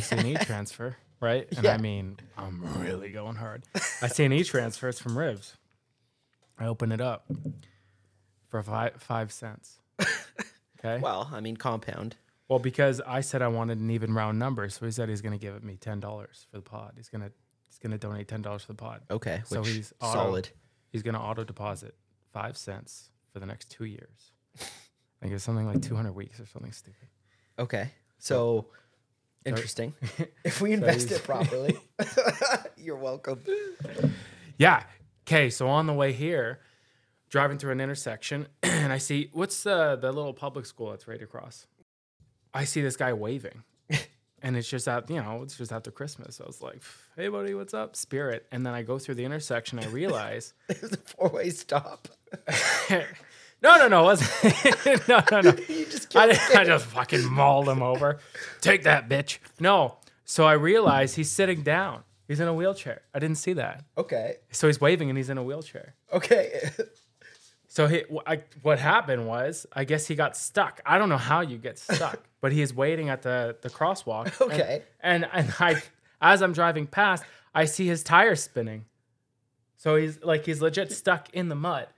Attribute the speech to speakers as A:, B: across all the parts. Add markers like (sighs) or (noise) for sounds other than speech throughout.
A: CNE E transfer, right? And I
B: Yeah.
A: mean, I'm really going hard. I CNE transfer. It's from Ribs. I open it up for five five cents. Okay.
B: Well, I mean, compound.
A: Well, because I said I wanted an even round number, so he said he's going to give it me ten dollars for the pod. He's gonna he's gonna donate ten dollars for the pod.
B: Okay,
A: So
B: which
A: he's auto-
B: solid.
A: He's going to auto deposit five cents for the next two years. I think it's something like two hundred weeks or something stupid.
B: Okay, so (laughs) interesting. if we invest
A: he's-
B: it properly, (laughs) you're welcome.
A: Yeah. Okay. So on the way here, driving through an intersection, (clears throat) and I see what's the the little public school that's right across. I see this guy
B: (laughs)
A: waving, and it's just out. You know, it's just after Christmas. I was like, "Hey, buddy, what's up, Spirit?" And then I go through the intersection. I realize, (laughs)
B: It's a four way stop. (laughs)
A: no, no, no, it wasn't. (laughs) no, no, no.
B: (laughs) You just
A: I,
B: killed
A: didn't- I just fucking mauled him over. Take that, bitch. No. So I realize he's sitting down. He's in a wheelchair. I didn't see that.
B: Okay,
A: So he's waving and he's in a wheelchair.
B: okay.
A: So he, wh- I, what happened was, I guess he got stuck. I don't know how you
B: (laughs)
A: get stuck, but he is waiting at the the crosswalk. and-
B: Okay.
A: And and, (laughs) I, as I'm driving past, I see his tires spinning. So he's like he's legit stuck in the
B: (laughs)
A: mud.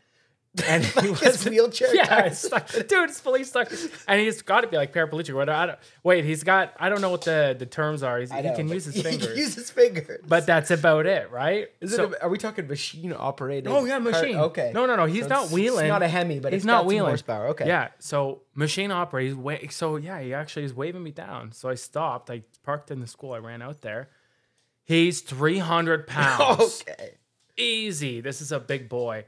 A: And he was
B: His wheelchair.
A: yeah,
B: tires.
A: it's stuck. (laughs) dude, it's fully stuck. And he's got to be like paraplegic. or Whatever. I don't, wait, he's got. I don't know what the the terms are. He's,
B: I
A: he
B: know,
A: can
B: but
A: use his
B: (laughs) he can
A: fingers,
B: use his fingers.
A: but that's about it, right?
B: Is
A: So-
B: it a, are we talking machine operated?
A: Oh yeah, machine.
B: okay.
A: No, no, no. He's
B: So
A: not
B: it's-
A: wheeling.
B: It's not a Hemi, but
A: he's
B: it's
A: not
B: got some
A: wheeling.
B: horsepower. Okay.
A: Yeah. So machine operates. Way, so yeah, he actually is waving me down. So I stopped. I parked in the school. I ran out there. He's three hundred
B: (laughs)
A: pounds.
B: (laughs) Okay.
A: Easy. This is a big boy.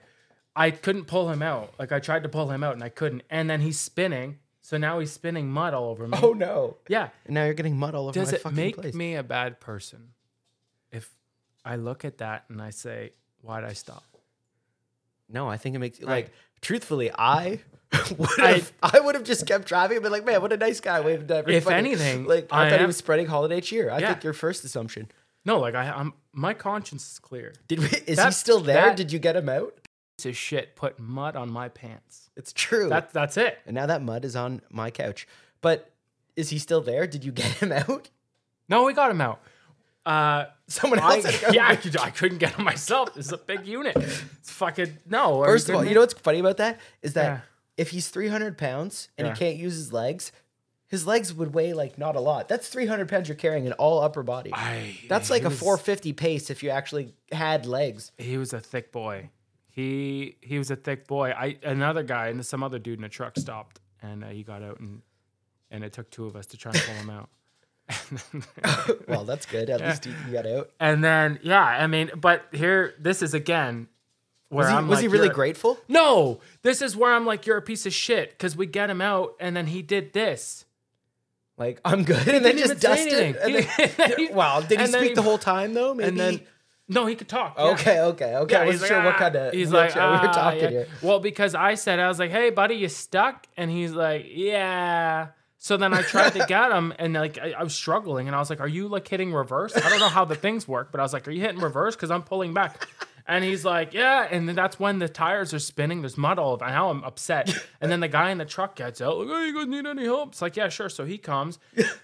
A: I couldn't pull him out. Like I tried to pull him out and I couldn't. And then he's spinning. So now he's spinning mud all over me.
B: Oh no.
A: Yeah.
B: Now you're getting mud all over
A: Does
B: my
A: it
B: fucking
A: make
B: place.
A: me a bad person if I look at that and I say, "Why'd I stop?"
B: No, I think it makes like truthfully, I (laughs) would
A: I-
B: have I, would have just kept driving and been like, man, what a nice guy waving to everybody.
A: If anything,
B: like I,
A: I
B: thought he
A: am-
B: was spreading holiday cheer. I
A: Yeah.
B: think your first assumption.
A: No, like I, I'm my conscience is clear.
B: Did we, is he
A: That-
B: still there?
A: that-
B: Did you get him out?
A: Piece of shit put mud on my pants.
B: It's true.
A: That that's it.
B: and now that mud is on my couch. But is he still there? Did you get him out? (laughs)
A: No, we got him out. Uh,
B: Someone
A: I,
B: else had to
A: (laughs)
B: go.
A: yeah, I, could, I couldn't get him myself. This is a big unit. It's fucking no.
B: (laughs) First of all, you know what's funny about that is that
A: Yeah.
B: if he's 300 pounds and
A: Yeah.
B: he can't use his legs, his legs would weigh like not a lot. That's 300 pounds you're carrying in all upper body.
A: I,
B: That's like
A: he
B: a
A: was-
B: 450 pace if you actually had legs. (laughs)
A: He was a thick boy. He he was a thick boy. I another guy and some other dude in a truck stopped and uh, he got out and and it took two of us to try and pull him out.
B: Well, that's good. At least you you got out.
A: (laughs) and then yeah, I mean, but here this is again where
B: Was he,
A: I'm
B: was
A: like,
B: he really
A: you're-
B: grateful?
A: No, this is where I'm like, you're a piece of shit because we get him out and then he did this.
B: Like, I'm good. And then
A: didn't even
B: just
A: say
B: dusted.
A: anything.
B: and
A: (laughs)
B: then-
A: He-
B: wow. Did he
A: and then
B: speak
A: he-
B: the whole time though? Maybe.
A: And then, no, he could talk. yeah.
B: okay, okay, okay. I
A: he's
B: wasn't
A: like,
B: sure what
A: "Ah."
B: kind of
A: he's like,
B: wheelchair we were
A: "Ah,
B: talking
A: yeah."
B: here.
A: Well, because I said I was like, "Hey, buddy, you stuck?" And he's like, "Yeah." So then I tried to get him, and like I, I was struggling, and I was like, "Are you like hitting reverse?" I don't know how the things work, but I was like, "Are you hitting reverse?" Because I'm pulling back. And he's like, yeah, and then that's when the tires are spinning. There's mud all over. Now I'm upset. And then the guy in the truck gets out. Like, oh, you guys need any help? It's like, yeah, sure. So he comes.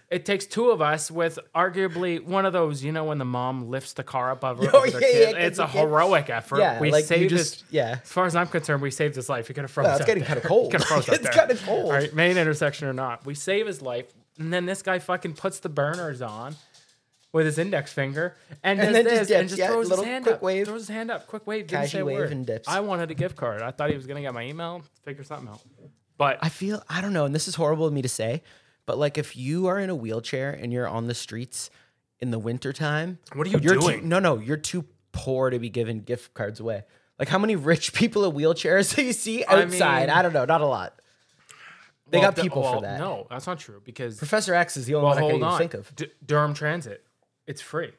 A: It takes two of us with arguably one of those. You know when the mom lifts the car up over,
B: Oh,
A: over their
B: yeah,
A: kid.
B: yeah, 'cause
A: it's a
B: the kid-
A: heroic effort.
B: Yeah,
A: we
B: like
A: saved
B: you just
A: his.
B: yeah.
A: As far as I'm concerned, we saved his life. He could have froze.
B: Well, it's
A: out
B: getting
A: there.
B: kind of cold.
A: Could have "Ah."
B: (laughs)
A: froze out
B: it's
A: there.
B: kind of cold.
A: All right, main intersection or not, we save his life, and then this guy fucking puts the burners on with his index finger and, does
B: And then just
A: this
B: dips,
A: and just
B: yeah,
A: throws his
B: little
A: hand
B: quick
A: up.
B: wave.
A: Throws his hand up, quick wave, didn't
B: Casual
A: say a
B: wave
A: word.
B: and dips.
A: I wanted a gift card. I thought he was gonna get my email, figure something out. But
B: I feel I don't know, and this is horrible of me to say, but like if you are in a wheelchair and you're on the streets in the wintertime,
A: What are you
B: you're too-
A: doing?
B: no, no, you're too poor to be giving gift cards away. Like how many rich (laughs) people in wheelchairs do you see
A: I
B: outside? I,
A: mean-
B: don't know, not a lot. They
A: well,
B: got
A: d-
B: people
A: well,
B: for that.
A: No, that's not true because
B: Professor X is the only
A: well,
B: one I can
A: hold
B: even
A: on.
B: think of.
A: D- Durham Transit, it's free,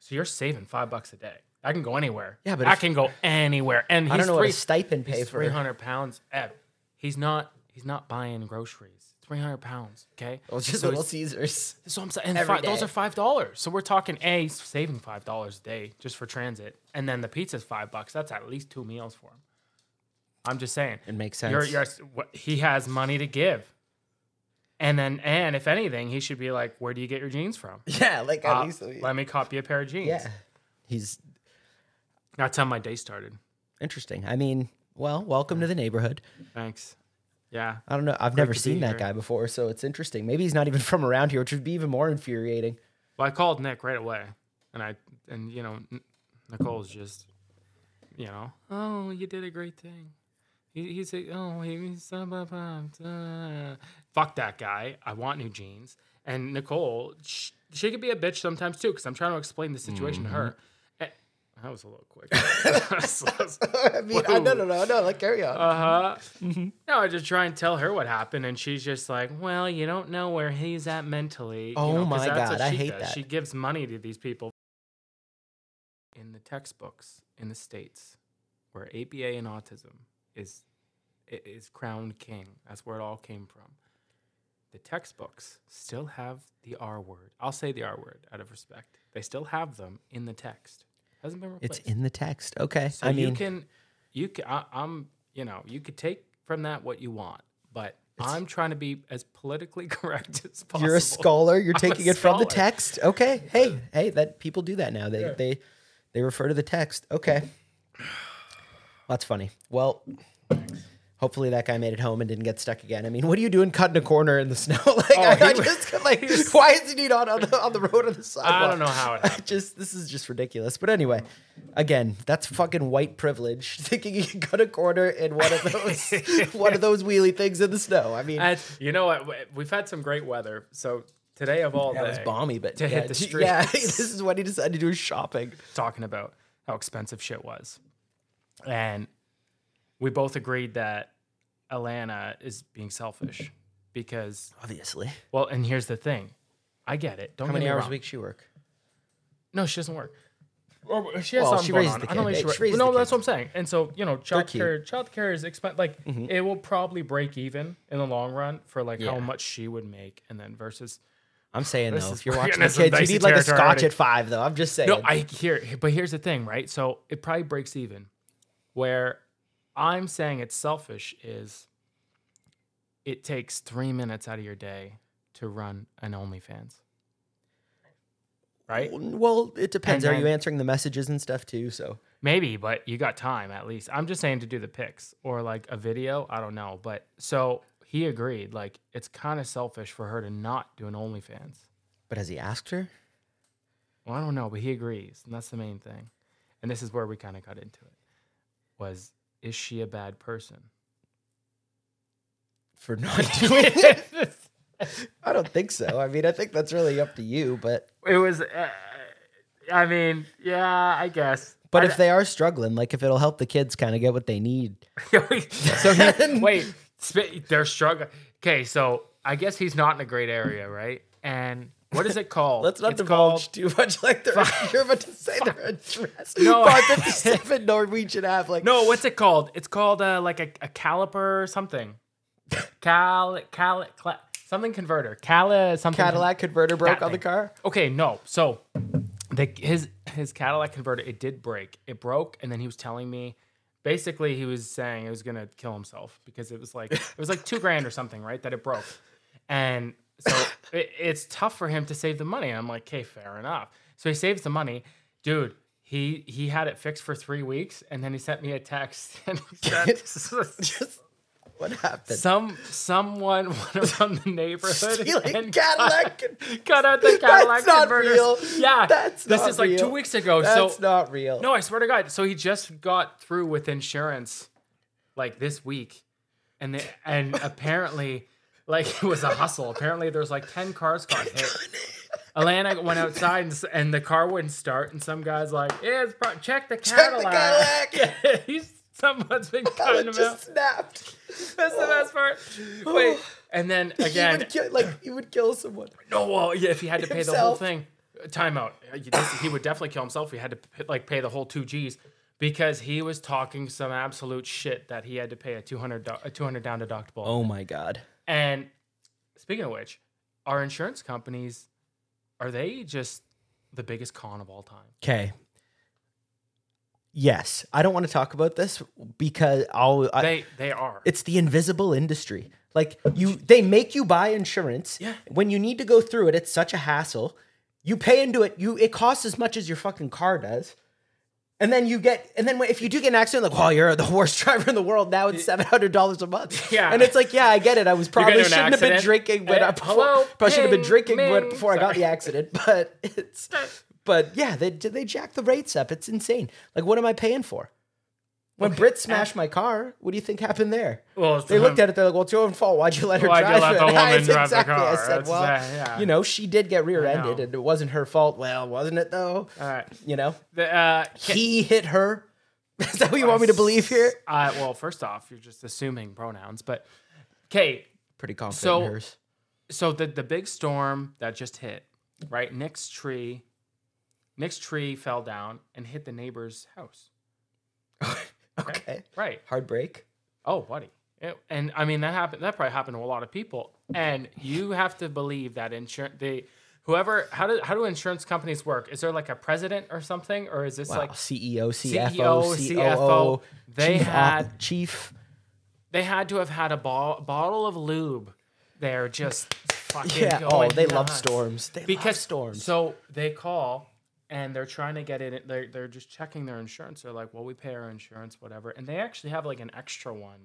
A: so you're saving five bucks a day. I can go anywhere.
B: Yeah, but
A: I
B: if-
A: can go anywhere. And
B: I
A: he's
B: don't know
A: three,
B: what a stipend pay
A: He's
B: for.
A: three hundred pounds. Ev. He's not. He's not buying groceries. Three hundred pounds. Okay.
B: Well, it's (laughs) just
A: so
B: Little
A: he's-
B: Caesars. (laughs)
A: so I'm saying. And
B: every
A: fi- those
B: day.
A: are five dollars. So we're talking a he's saving five dollars a day just for transit, and then the pizza's five bucks. That's at least two meals for him. I'm just saying.
B: It makes
A: You're,
B: sense.
A: you're, what- he has money to give. And then, and if anything, he should be like, "Where do you get your jeans from?"
B: (laughs) Yeah, like
A: Uh, let me copy a pair of jeans.
B: yeah. He's
A: That's how my day started.
B: interesting. I mean, well, welcome to the neighborhood.
A: Thanks. Yeah.
B: I don't know. I've never
A: to be
B: seen
A: here.
B: that guy before, so it's interesting. Maybe he's not even (laughs) from around here, which would be even more infuriating.
A: Well, I called Nick right away, and I and you know N- Nicole's just, you know, oh, you did a great thing. He, he's a, oh he- he's blah, blah, blah, blah." fuck that guy. I want new jeans. And Nicole, she, she could be a bitch sometimes too, because I'm trying to explain the situation to her. Eh, That was a little quick. (laughs)
B: (laughs) I mean,
A: I- no, no,
B: no, like carry on.
A: Uh huh. No, I just try and tell her what happened, and she's just like, "Well, you don't know where he's at mentally." you
B: Oh
A: know, 'cause
B: my
A: that's what
B: God, I
A: she
B: hate
A: does.
B: that.
A: She gives money to these people in the textbooks in the states where ABA and autism is i- is crowned king. That's where it all came from. The textbooks still have the R word. I'll say the R word out of respect. They still have them in the text. Hasn't been replaced.
B: it's in the text. Okay.
A: So
B: I
A: you
B: mean,
A: can, you can. I, I'm, you know, you could take from that what you want, but I'm trying to be as politically (laughs) correct as possible.
B: you're a scholar. You're
A: I'm a
B: taking it from the
A: scholar.
B: text. Okay. Hey, hey, that people do that now. They they they refer to the text. Okay. Well, that's funny. Well, hopefully that guy made it home and didn't get stuck again. I mean, what are you doing cutting a corner in the snow? (laughs) like, I, I
A: Oh, he was-
B: just like, why isn't he not on the, on the road on the sidewalk?
A: I don't know how it
B: (laughs) I
A: happened.
B: just this is just ridiculous. But anyway, again, that's fucking white privilege. (laughs) Thinking you can cut a corner in one of those
A: (laughs)
B: one of those wheelie things in the snow. I mean,
A: And you know what? We- We've had some great weather. So today of all
B: that
A: day,
B: was balmy, but
A: to
B: yeah,
A: hit the
B: d-
A: streets.
B: (laughs) Yeah, this is when he decided to do his shopping.
A: talking about how expensive shit was, and we both agreed that Alana is being selfish because,
B: Obviously,
A: well, and here's the thing. I get it. Don't
B: how many
A: get me
B: hours
A: wrong.
B: a week she work?
A: No, she doesn't work. Or Oh, she has
B: Well,
A: something
B: she
A: going
B: raises
A: on.
B: the
A: I don't
B: kid.
A: think she,
B: She raises
A: No,
B: the
A: that's what I'm saying. And so you know, child
B: cute.
A: care, child care is expensive. Like it will probably break even in the long run for like how
B: Mm-hmm. Yeah.
A: much she would make, and then versus.
B: I'm saying though,
A: is-
B: if you're
A: we're getting
B: watching the
A: into some
B: kids, you
A: dicey
B: need like a
A: territory
B: scotch
A: already.
B: at five though. I'm just saying.
A: No, I hear, but here's the thing, right? So it probably breaks even. Where I'm saying it's selfish is, it takes three minutes out of your day to run an OnlyFans, right?
B: well, it depends.
A: And
B: Are you
A: then-
B: answering the messages and stuff too? So
A: Maybe, but you got time at least. I'm just saying to do the pics or like a video. I don't know. But so he agreed. Like it's kind of selfish for her to not do an OnlyFans.
B: but has he asked her?
A: Well, I don't know, but he agrees. And that's the main thing. And this is where we kind of got into it was is she a bad person? (laughs)
B: For not (laughs) doing it? I don't think so. I mean, I think that's really up to you, but
A: it was, uh, I mean, yeah, I guess. (laughs)
B: But if they are struggling, like if it'll help the kids kind of get what they need.
A: so he, (laughs) wait, sp- they're struggling. Okay, so I guess he's not in a great area, right? And what is it called?
B: Let's not
A: It's
B: divulge
A: called-
B: too much. Like they're, (laughs) you're about to say their address. (laughs)
A: No.
B: Bar (laughs) 57 Norwegian Ave. Like,
A: no, what's it called? It's called uh, like a, a caliper or something. Cal, cal, cla something converter. Cala something. con-
B: Cadillac converter broke
A: That
B: on the
A: thing.
B: car. (laughs)
A: okay, no. So the, his his Cadillac converter it did break. It broke, and then he was telling me. Basically, he was saying it was gonna kill himself because it was like it was like two grand or something, right? That it broke, and so (laughs) it, it's tough for him to save the money. And I'm like, okay, fair enough. So he saves the money, dude. He he had it fixed for three weeks, and then he sent me a text (laughs) and he
B: (laughs)
A: said,
B: Just what happened? (laughs)
A: some someone (laughs) went around the neighborhood
B: Stealing
A: and
B: (laughs) Cadillac con-
A: Cut, cut out the Cadillac
B: That's not
A: converters.
B: real.
A: Yeah,
B: That's
A: this
B: not
A: is like two
B: real.
A: weeks ago.
B: That's
A: so
B: not real. (laughs)
A: no, I swear to God. So he just got through with insurance, like this week, and they,
B: (laughs)
A: and apparently, like it was a hustle. Apparently, there was like ten cars got hit. Alana went outside and, s- and the car wouldn't start, and some guy's like, "Yeah, it's pro- check the
B: Check the
A: Cadillac." (laughs)
B: Cadillac. (laughs)
A: He's someone's been cutting
B: Cadillac (laughs)
A: him out.
B: just snapped.
A: That's the best
B: (sighs)
A: part. Wait, and then
B: he
A: again,
B: would kill, like he would kill someone.
A: No, well, yeah, if he had to pay the whole
B: Himself.
A: thing, timeout. Uh, you- this- He would definitely kill himself. If he had to p- like pay the whole two G's because he was talking some absolute shit that he had to pay a two hundred a two hundred down deductible.
B: Oh my god.
A: And speaking of which, our insurance companies are they just the biggest con of all time?
B: Okay. Yes, I don't want to talk about this because I'll. I,
A: They they are.
B: it's the invisible industry. Like you, they make you buy insurance.
A: Yeah.
B: When you need to go through it, it's such a hassle. You pay into it. You it costs as much as your fucking car does. And then you get, and then if you do get an accident, like, oh, you're the worst (laughs) driver in the world. Now it's seven hundred dollars a
A: (laughs)
B: month.
A: Yeah.
B: and it's like, yeah, I get it. I was probably
A: into an
B: shouldn't have been
A: accident.
B: drinking, but I
A: Eh,
B: probably,
A: hello,
B: (laughs) probably should have been
A: ping,
B: drinking when,
A: ming.
B: before I got the
A: Sorry.
B: accident. (laughs) But
A: (laughs)
B: it's, but yeah, they they jack the rates up. It's insane. Like, what am I paying for? When Brit smashed my car, what do you think happened there?
A: Uh, Well,
B: They looked at it. They're like, "Well, it's your own fault. Why'd you let her
A: Uh-huh. Why'd you
B: drive
A: let
B: it?"
A: the
B: (laughs)
A: woman
B: That's
A: drive the
B: exactly. I
A: car?
B: said,
A: That's
B: "Well,
A: exact- yeah.
B: you know, she did get rear-ended,
A: know. Uh,
B: and it wasn't her fault." Well, wasn't it though?
A: All right.
B: You know,
A: The, uh, can-
B: he hit her. (laughs) Is that what you want me to believe here?
A: uh, well, first off, you're just assuming pronouns, but okay.
B: Pretty confident.
A: So-
B: in hers.
A: So the the big storm that just hit, right? Nick's tree, Nick's tree fell down and hit the neighbor's house.
B: okay,
A: Right.
B: hard break.
A: Oh, buddy. It- and I mean that happened. That probably happened to a lot of people. And you have to believe that insurance. They, whoever, how do how do insurance companies work? Is there like a president or something, or is this
B: Wow.
A: like E
B: CEO, CFO,
A: CEO,
B: COO,
A: CFO, they
B: chief op-
A: had-
B: chief.
A: they had to have had a ball, bottle of lube? They're just fucking
B: (laughs) Yeah. Oh,
A: going
B: they love
A: nuts.
B: storms. They love
A: because
B: storms.
A: So they call and they're trying to get it. They're they're just checking their insurance. They're like, well, we pay our insurance, whatever. And they actually have like an extra one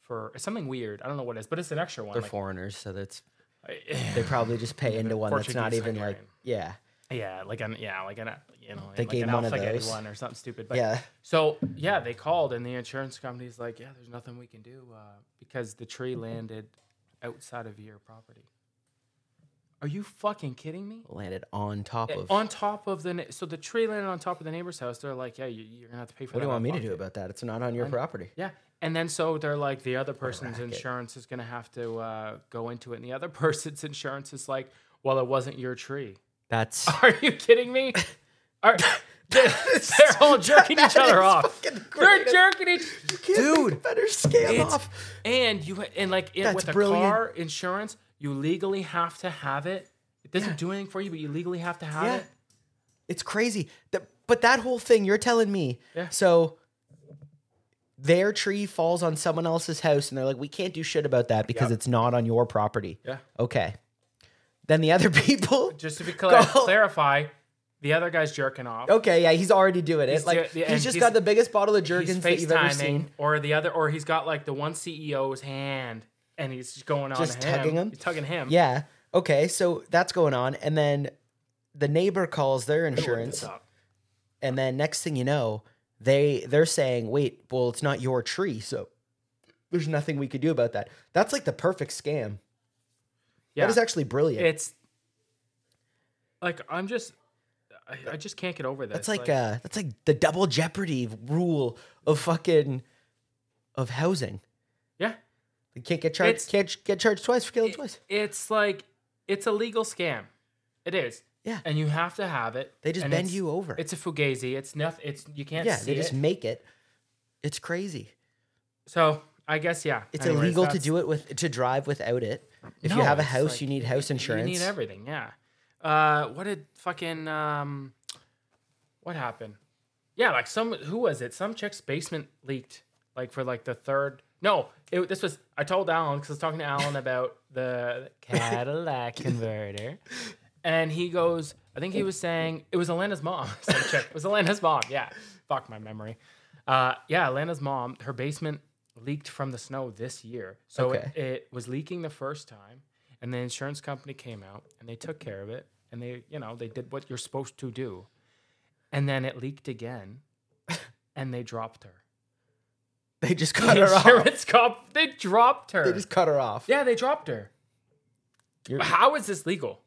A: for it's something weird. I don't know what it is, but it's an extra one.
B: They're
A: like- eh,
B: foreigners, so that's they probably just pay into one that's not
A: Portuguese
B: even like
A: Hungarian.
B: yeah.
A: Yeah, like an yeah, like an you know, like
B: gave
A: an
B: one of
A: alpha
B: those.
A: one or something stupid. But
B: Yeah.
A: So yeah, they called and the insurance company's like, yeah, there's nothing we can do uh, because the tree landed outside of your property. Are you fucking kidding me?
B: landed on top of.
A: On top of the na- so the tree landed on top of the neighbor's house. They're like, yeah, you, you're gonna have to pay for
B: what
A: that.
B: do you want
A: out
B: me
A: of
B: to do
A: pocket."
B: about that? It's not on your property.
A: Yeah. And then so they're like, the other person's
B: racket.
A: insurance is going to have to uh, go into it. And the other (laughs) person's insurance is like, well, it wasn't your tree. (laughs)
B: (laughs) That's
A: Are you kidding
B: (laughs)
A: me? Are, they're, (laughs) they're all jerking each
B: That
A: other
B: is
A: off.
B: fucking
A: They're
B: great.
A: jerking each
B: dude. Better scam
A: It's-
B: off.
A: And you and like in,
B: That's
A: with a
B: brilliant.
A: car insurance, you legally have to have it. It doesn't do anything for you, but you legally have to have
B: Yeah.
A: it.
B: It's crazy. That- but that whole thing you're telling me.
A: Yeah.
B: So their tree falls on someone else's house, and they're like, "We can't do shit about that because
A: Yep.
B: it's not on your property."
A: Yeah.
B: Okay. Then the other (laughs) people.
A: Just to
B: (laughs)
A: be clear,
B: Go.
A: clarify, the other guy's jerking off.
B: Okay, yeah, he's already doing it.
A: He's
B: like
A: do- yeah,
B: he's
A: and
B: just
A: he's-
B: got the biggest bottle of
A: He's
B: Jergens that you've ever
A: FaceTiming,
B: seen.
A: or the other, or he's got like the one CEO's hand, and he's just going on
B: Just
A: him.
B: tugging him?
A: He's tugging him.
B: Yeah. Okay, so that's going on, and then the neighbor calls their
A: It's
B: insurance,
A: up.
B: and then next thing you know, they they're saying, "Wait, well, it's not your tree, so there's nothing we could do about that." That's like the perfect scam.
A: Yeah,
B: That is actually brilliant.
A: it's like I'm just, I, I just can't get over this.
B: that's like, uh, that's like the double jeopardy rule of fucking of housing.
A: yeah,
B: You can't get charged.
A: It's-
B: Can't get charged twice for killing twice.
A: it's like it's a legal scam. It is.
B: Yeah.
A: and you have to have it.
B: They just
A: and
B: bend
A: it's-
B: you over.
A: It's a fugazi. It's nothing. It's you can't
B: yeah,
A: see
B: they just
A: it.
B: make it. It's crazy.
A: So I guess yeah,
B: It's illegal to do it with to drive without it. If you
A: No,
B: have a
A: it's
B: house,
A: like-
B: you need house insurance.
A: You need everything, yeah. Uh, what did fucking um, what happened? Yeah, like some who was it? Some chick's basement leaked, like for like the third. No, it, this was I told Alan because I was talking to Alan about
B: (laughs)
A: the Cadillac converter, and he goes, I think he was saying it was Elena's mom. (laughs) some chick it was Elena's mom. Yeah, fuck my memory. Uh, yeah, Elena's mom. Her basement leaked from the snow this year, so it-
B: Okay.
A: it, was leaking the first time, and the insurance company came out and they took care of it, and they, you know, they did what you're supposed to do, and then it leaked
B: (laughs)
A: again, and they dropped her. (laughs)
B: They just cut
A: The
B: her off.
A: insurance comp, they dropped her.
B: They just cut her off.
A: yeah, they dropped her.
B: You're-
A: How is this legal?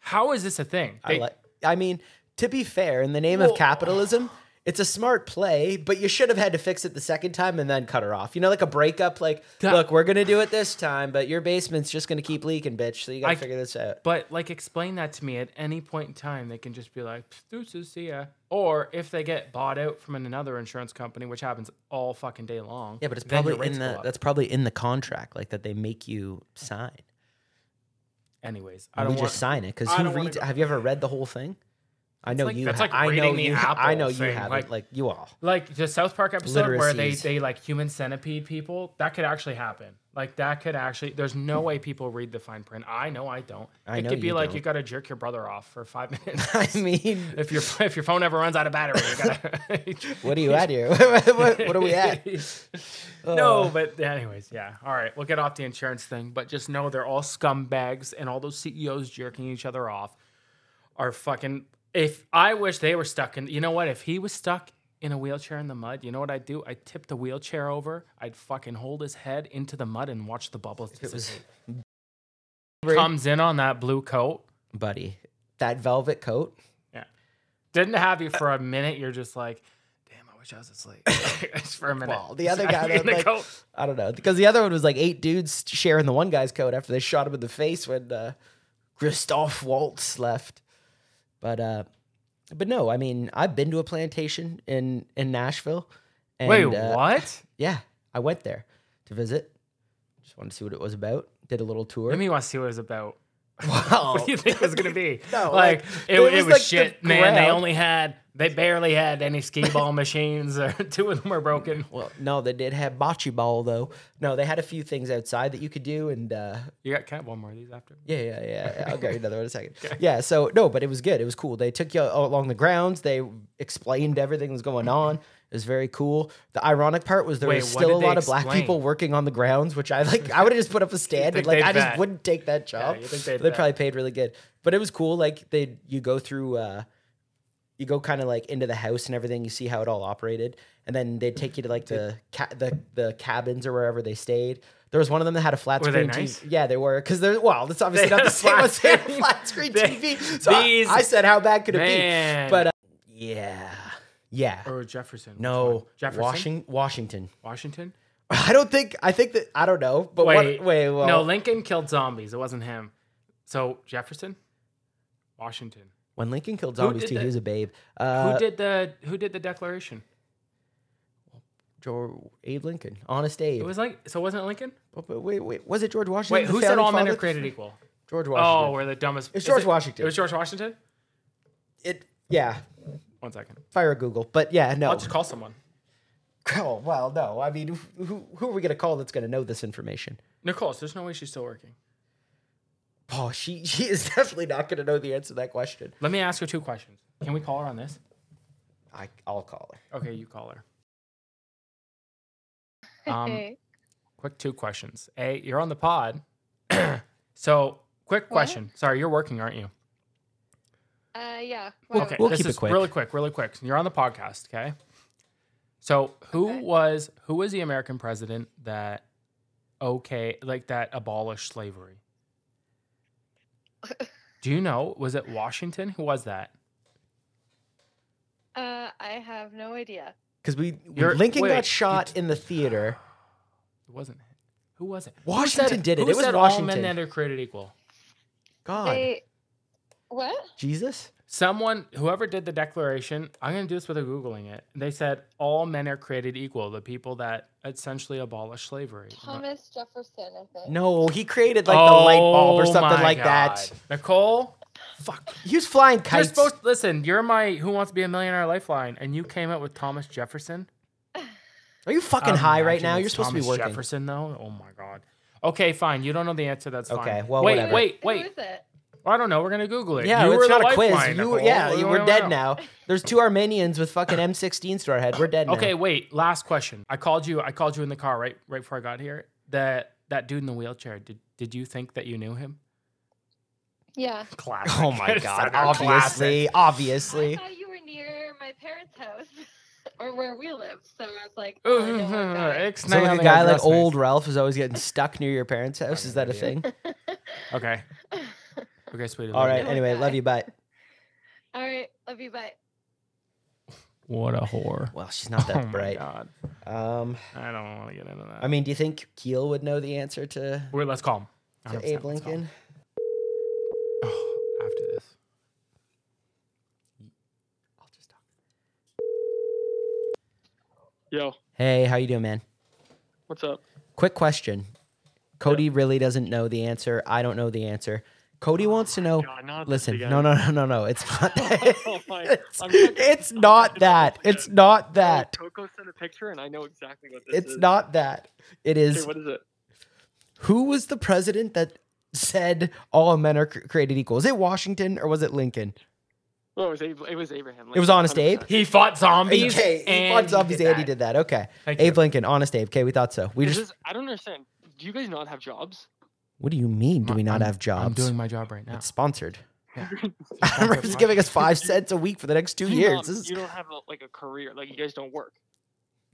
A: How is this a thing?
B: I,
A: They-
B: like, I mean, to be fair, in the name of
A: Well-
B: capitalism, it's a smart play, but you should have had to fix it the second time and then cut her off. You know, like a breakup. Like,
A: That-
B: look, we're gonna do it this time, but your basement's just gonna keep leaking, bitch. So you gotta
A: I-
B: figure this out.
A: But like, explain that to me at any point in time. They can just be like, "Pfft, deuces, see ya. Or if they get bought out from another insurance company, which happens all fucking day long.
B: Yeah, but it's
A: then your
B: probably in
A: rates go
B: the
A: up.
B: that's probably in the contract, like that they make you sign.
A: Anyways, I
B: And
A: don't
B: we
A: want.
B: just sign it because
A: I
B: who
A: don't wanna
B: reads?
A: go-
B: Have you ever read the whole thing? I know
A: like-
B: you.
A: that's
B: ha-
A: like
B: I know
A: reading the
B: you. ha- I
A: Apple
B: know you
A: thing,
B: have
A: like-
B: it. Like you all. (laughs)
A: Like the South Park episode where they
B: Literacies.
A: they like human centipede people. That could actually happen. Like that could actually. There's no way people read the fine print. I know I don't.
B: I
A: it
B: know
A: could be
B: you
A: like
B: don't.
A: you got to jerk your brother off for five (laughs)
B: (laughs)
A: minutes.
B: I mean,
A: if your if your phone ever runs out of battery, you
B: (laughs)
A: gotta. (laughs)
B: what are you at here? (laughs) what, what are we at? Oh.
A: no, but anyways, yeah. All right, we'll get off the insurance thing, but just know they're all scumbags, and all those CEOs jerking each other off are fucking. If I wish they were stuck in, you know what? If he was stuck in a wheelchair in the mud, you know what I'd do? I'd tip the wheelchair over. I'd fucking hold his head into the mud and watch the bubbles.
B: It was
A: comes in on that blue coat.
B: buddy. That velvet coat.
A: Didn't have you for a minute. You're just like, damn, I wish I was asleep. (laughs) Just for a minute.
B: Well, the other
A: Just
B: guy,
A: in
B: that,
A: the
B: like,
A: coat.
B: I don't know because the other one was like eight dudes sharing the one guy's coat after they shot him in the face when uh, Christoph Waltz left. But uh, but no, I mean I've been to a plantation in in Nashville. And,
A: Wait,
B: uh,
A: what?
B: Yeah, I went there to visit. Just wanted to see what it was about. Did a little tour.
A: Let me want to see what it was about.
B: (laughs) wow.
A: what do you think it was gonna be?
B: Oh. (laughs) No,
A: like,
B: like,
A: it,
B: it
A: it
B: was
A: was,
B: like the
A: shit, man. They
B: ground.
A: only had, they barely had any skee ball (laughs) machines, or two of them were broken.
B: Well, no, they did have bocce ball though. No, they had a few things outside that you could do, and uh,
A: You got kind of one more of these after.
B: yeah, yeah, yeah. yeah.
A: (laughs)
B: I'll get you another one in a second. Yeah, so no, but it was good. It was cool. They took you all along the grounds. They explained everything that was going on. It was very cool. The ironic part was there
A: Wait,
B: was
A: what
B: still a
A: did they
B: lot of black
A: explain?
B: people working on the grounds, which I like. I would have just put up a stand and
A: think
B: like
A: they'd
B: I just
A: bet.
B: wouldn't take that job.
A: you think they'd
B: they
A: bet.
B: probably paid really good, but it was cool. Like they, you go through. uh you go kind of like into the house and everything. You see how it all operated, and then they take you to like the ca- the the cabins or wherever they stayed. There was one of them that had a flat
A: Were they
B: screen
A: nice?
B: TV. Yeah, they were because they're well, that's (laughs) obviously
A: They
B: not
A: had
B: the
A: a (laughs)
B: same
A: flat
B: as they had a
A: screen.
B: flat
A: (laughs)
B: screen
A: They-
B: TV. So I-
A: these-
B: I, said, how bad could it
A: Man.
B: be? But uh, yeah, yeah,
A: Or Jefferson. which one?
B: no,
A: Jefferson.
B: Washing, Washington. (laughs)
A: Washington.
B: I don't think. I think that I don't know. But
A: Wait,
B: wait, what, wait, well,
A: no, Lincoln killed zombies. It wasn't him. So Jefferson, Washington.
B: when Lincoln killed zombies
A: did
B: too,
A: that?
B: he was a babe. Uh,
A: who did the Who did the Declaration?
B: George Abe Lincoln, honest Abe. Oh,
A: It was like so. Wasn't it Lincoln?
B: But- but wait, wait, was it George Washington?
A: Wait,
B: the
A: who said
B: founding
A: all men
B: father?
A: are created equal?
B: George
A: Oh,
B: Washington.
A: we're the dumbest.
B: It's
A: is
B: George
A: it-
B: Washington.
A: It was George Washington.
B: it, yeah,
A: One second.
B: fire a Google. But yeah, no.
A: I'll just call someone.
B: (laughs) Oh, well, no. I mean, who, who are we going to call that's going to know this information?
A: Nicole, so there's no way she's still working.
B: Oh, she, she is (laughs) definitely not going to know the answer to that question.
A: Let me ask her two questions. Can we call her on this?
B: I, I'll call her.
A: Okay, you call her. Um, quick two questions. A, you're on the pod. (clears throat) so, quick question. Sorry, you're working, aren't you?
C: uh, yeah.
B: Okay.
C: whatever.
B: we'll
A: this
B: keep it
A: is
B: quick.
A: really quick, really quick. You're on the podcast, okay? So, who
C: Okay.
A: was who was the American president that okay, like that abolished slavery? Do you know? Was it Washington? Who was that?
C: Uh, I have no idea.
B: Because we, when
A: You're-
B: Lincoln
A: wait,
B: got shot
A: you-
B: in the theater.
A: It wasn't. it. Who was it?
B: Washington did it.
A: Who
B: It was
A: said All
B: Washington.
A: men that are created equal.
B: God.
C: They, what?
B: Jesus?
A: Someone, whoever did the declaration, I'm going to do this without Googling it. They said all men are created equal, the people that essentially abolished slavery.
C: Thomas Jefferson, I think.
B: No, he created like the light bulb or
A: Oh
B: something
A: my
B: like that.
A: God. Nicole, fuck.
B: He was flying
A: You're
B: kites.
A: supposed listen, you're my Who Wants to Be a Millionaire lifeline, and you came up with Thomas Jefferson.
B: are you fucking high right
A: Imagine
B: now?
A: it's
B: You're supposed to be
A: Thomas
B: working.
A: Jefferson, though? Oh my God. Okay, fine. You don't know the answer. That's
B: Okay,
A: fine.
B: well,
A: wait,
B: whatever.
A: wait,
C: Who
A: wait.
C: is it?
A: I don't know. We're gonna Google it.
B: Yeah,
A: you
B: it's
A: were the
B: not a quiz.
A: lifeline,
B: You, were-
A: Nicole.
B: yeah, you
A: What
B: were
A: do
B: dead
A: know?
B: now. There's two Armenians with fucking M16s to our head. We're dead now.
A: Okay, wait. Last question. I called you. I called you in the car right right before I got here. That that dude in the wheelchair. Did did you think that you knew him?
C: Yeah.
A: Classic. (laughs)
B: Oh my
A: It's
B: god!
A: another
B: Obviously,
C: I
B: obviously.
C: thought you were near my parents' house (laughs) or where we live, so I was
A: (laughs)
C: like, oh, I know that
A: classic. (laughs)
C: guy.
A: It's
B: So
A: not
B: like a
A: even
B: guy like
A: address me.
B: old Ralph is always getting stuck near your parents' house. Is that a
A: (laughs)
B: thing?
A: Okay. Okay, sweetie.
B: All
A: love
B: right.
A: you.
B: Anyway, love you. Bye.
C: (laughs) All right, love you, bye.
A: What a whore.
B: Well, she's not
A: Oh
B: that
A: my
B: bright.
A: God.
B: Um,
A: I don't want to get into that.
B: I mean, do you think Keel would know the answer to,
A: Wait, let's call him.
B: to
A: 100%,
B: Abe
A: let's call him.
B: Lincoln?
A: Oh, (sighs) after this.
B: I'll just talk.
D: Yo,
B: Hey, how you doing, man?
D: what's up?
B: Quick question. Cody really doesn't know the answer. I don't know the answer. Cody wants to know.
D: Oh God, not this
B: Listen,
D: again.
B: no, no, no, no, no.
D: (laughs)
B: It's not that.
D: Oh
B: (laughs)
D: my-
B: it's,
D: I'm so-
B: it's not that. It's not that.
D: Coco sent a picture, and I know exactly what this
B: It's
D: is.
B: not that. It
D: Okay,
B: is
D: what is it?
B: who was the president that said all men are cr- created equal? Was it Washington or was it Lincoln?
D: Oh, it was, Ab- it was
B: It
D: Abraham.
B: was
D: Lincoln,
B: Honest Abe.
D: 100%.
A: He fought zombies.
B: (laughs) Okay, he
A: and
B: fought zombies
A: did
B: and he
A: that.
B: did that. Okay,
A: Thank you.
B: Abe Lincoln, honest Abe. Okay, we thought so. We
D: This
B: just.
D: is- I don't understand. Do you guys not have jobs?
B: What do you mean? Do we not
A: I'm-
B: have jobs?
A: I'm doing my job
B: (laughs)
A: right now. (laughs)
B: it's sponsored.
A: Yeah.
B: We're just giving us five cents a week for
A: (laughs)
B: the next two
D: Do you
B: years.
D: Not,
B: This is-
D: You don't have a, like a career. Like you guys don't work.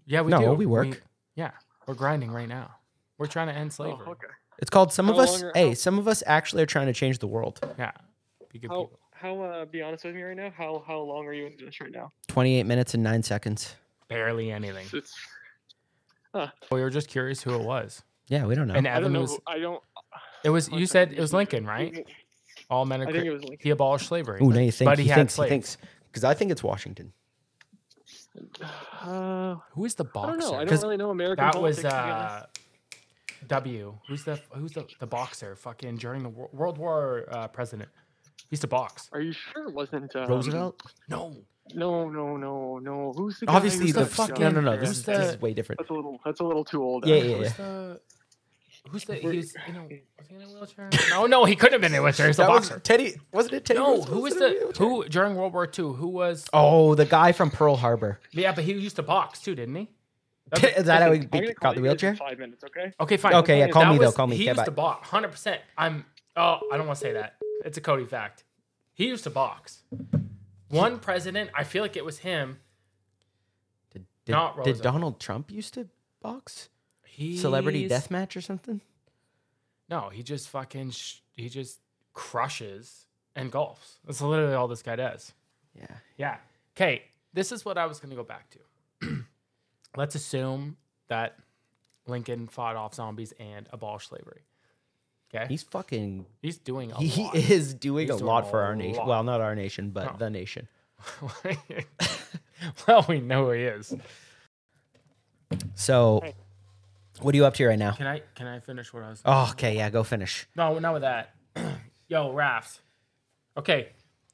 A: Yeah, we
B: No,
A: do.
B: we work.
A: yeah, we're grinding right now. We're trying to end slavery.
D: Oh, okay.
B: it's called some of
D: How
B: us.
D: long are-
B: Hey,
D: how-
B: some of us actually are trying to change the world.
A: Yeah, be good
D: How
A: people.
D: how uh, be honest with me right now? How how long are you into this right now?
B: Twenty-eight minutes and nine seconds.
A: Barely anything.
D: It's,
A: We were just curious who it was,
B: Yeah, we don't know.
A: and
D: I don't
A: Evan
D: know.
A: was.
D: who- I don't.
A: It was
D: I'm
A: you
D: sorry,
A: said it
D: you
A: was
D: should-
A: Lincoln, right? All men are.
D: I think it
A: Cre-
D: was Lincoln. (sighs)
A: he abolished slavery.
B: Ooh, now you think
A: but
B: he,
A: he had
B: thinks he
A: slaves.
B: thinks because I think it's Washington.
D: Uh,
A: Who is the
D: I
A: boxer?
D: don't know. I don't
B: 'Cause
D: really know American
A: that
D: politics.
A: was
D: to be honest.
A: uh, W. Who's the who's the, the boxer? Fucking during the wor- World War uh, president. He used to box.
D: Are you sure it wasn't um,
B: Roosevelt.
A: No,
D: No, no, no, no. Who's the guy
B: Obviously,
D: who's
B: the
A: the
D: got
B: fucking
A: fucking-
B: no, no, no.
A: who's
B: This is, this
A: the-
B: is way different.
D: That's a little. That's a little too old.
B: Yeah,
D: actually.
B: yeah, yeah.
A: Who's the who's the
D: We're-
A: he was, you know, was he in a wheelchair?
D: (laughs)
A: No, no, he couldn't have been in a wheelchair. He's the
B: That was
A: boxer.
B: Teddy. Wasn't it Teddy?
A: No,
B: Roosevelt
A: who was
B: sitting in a
A: the
B: wheelchair?
A: who during World War II? Who was?
B: Oh, the guy from Pearl Harbor.
A: Yeah, but he used to box too, didn't he?
B: is that how he
D: Listen, I'm gonna
B: be- got the
D: call you guys in
B: wheelchair?
D: Five minutes, okay?
A: Okay, fine.
B: Okay, yeah. Call
A: That
B: me though.
A: was-
B: Call me.
A: He
B: Okay,
A: used
B: bye.
A: to box. Hundred percent. I'm. Oh, I don't want to say that. It's a Cody fact. He used to box. One president. I feel like it was him.
B: Did,
A: Not
B: did, did
A: Roosevelt.
B: Donald Trump used to box?
A: He
B: Celebrity deathmatch or something?
A: No, he just fucking. Sh- he just crushes and golfs. That's literally all this guy does.
B: Yeah.
A: Yeah. Okay. This is what I was going to go back to. (clears throat) Let's assume that Lincoln fought off zombies and abolished slavery. Okay. He's,
B: He's fucking.
A: doing a
B: He
A: lot. (laughs)
B: is doing
A: He's
B: a
A: doing
B: lot
A: a
B: for our nation.
A: lot.
B: Well, not our nation, but
A: No.
B: the nation.
A: (laughs) well, we know he is.
B: So,
D: Hey.
B: what are you up to right now?
A: Can I can I finish what I was?
B: Oh, okay. Yeah, go finish.
A: No, not with that. (clears throat) Yo, Raft. Okay.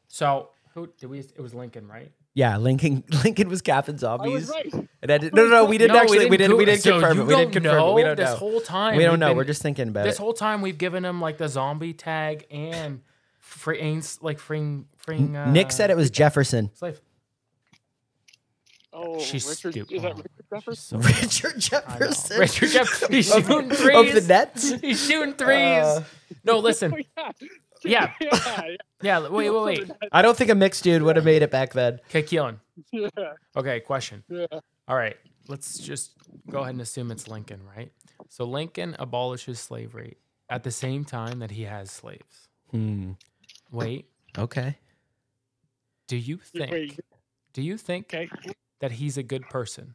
A: So who did we? It was Lincoln, right?
B: Yeah, Lincoln. (laughs) Lincoln was Captain
D: I was
B: Zombies.
D: right.
B: And I did, no, no, no, we didn't
A: No,
B: actually. We didn't.
A: go-
B: We didn't
A: so
B: confirm
A: you
B: it. We didn't
A: don't
B: confirm it. We
A: know
B: don't
A: this
B: know.
A: whole time.
B: we don't
A: we've
B: know.
A: been-
B: We're just thinking about
A: This
B: it.
A: whole time we've given him like the zombie tag and free, ain't- like freeing freeing. Uh,
B: Nick said it
A: (laughs)
B: was Jefferson. (laughs)
A: Slave.
D: Oh,
A: She's
D: Richard.
A: stupid.
D: Is that Richard Jefferson?
B: Richard Jefferson.
A: Richard Jefferson. He's
B: (laughs) of,
A: shooting
B: of
A: threes.
B: the Nets.
A: He's shooting threes.
B: Uh,
A: no,
B: (laughs)
D: (laughs)
A: listen.
D: Oh,
A: Yeah.
D: (laughs) yeah. yeah,
A: Yeah. l- Wait, wait, wait.
B: I don't think a mixed dude would have made it back then.
A: Okay, Keelan.
D: (laughs) yeah,
A: Okay, question.
D: yeah,
A: All right. Let's just go ahead and assume it's Lincoln, right? So Lincoln abolishes slavery at the same time that he has slaves.
B: Hmm.
A: Wait.
B: Okay.
A: Do you
D: yeah. (laughs) Wait,
A: think? Do you think
D: okay.
A: that he's a good person?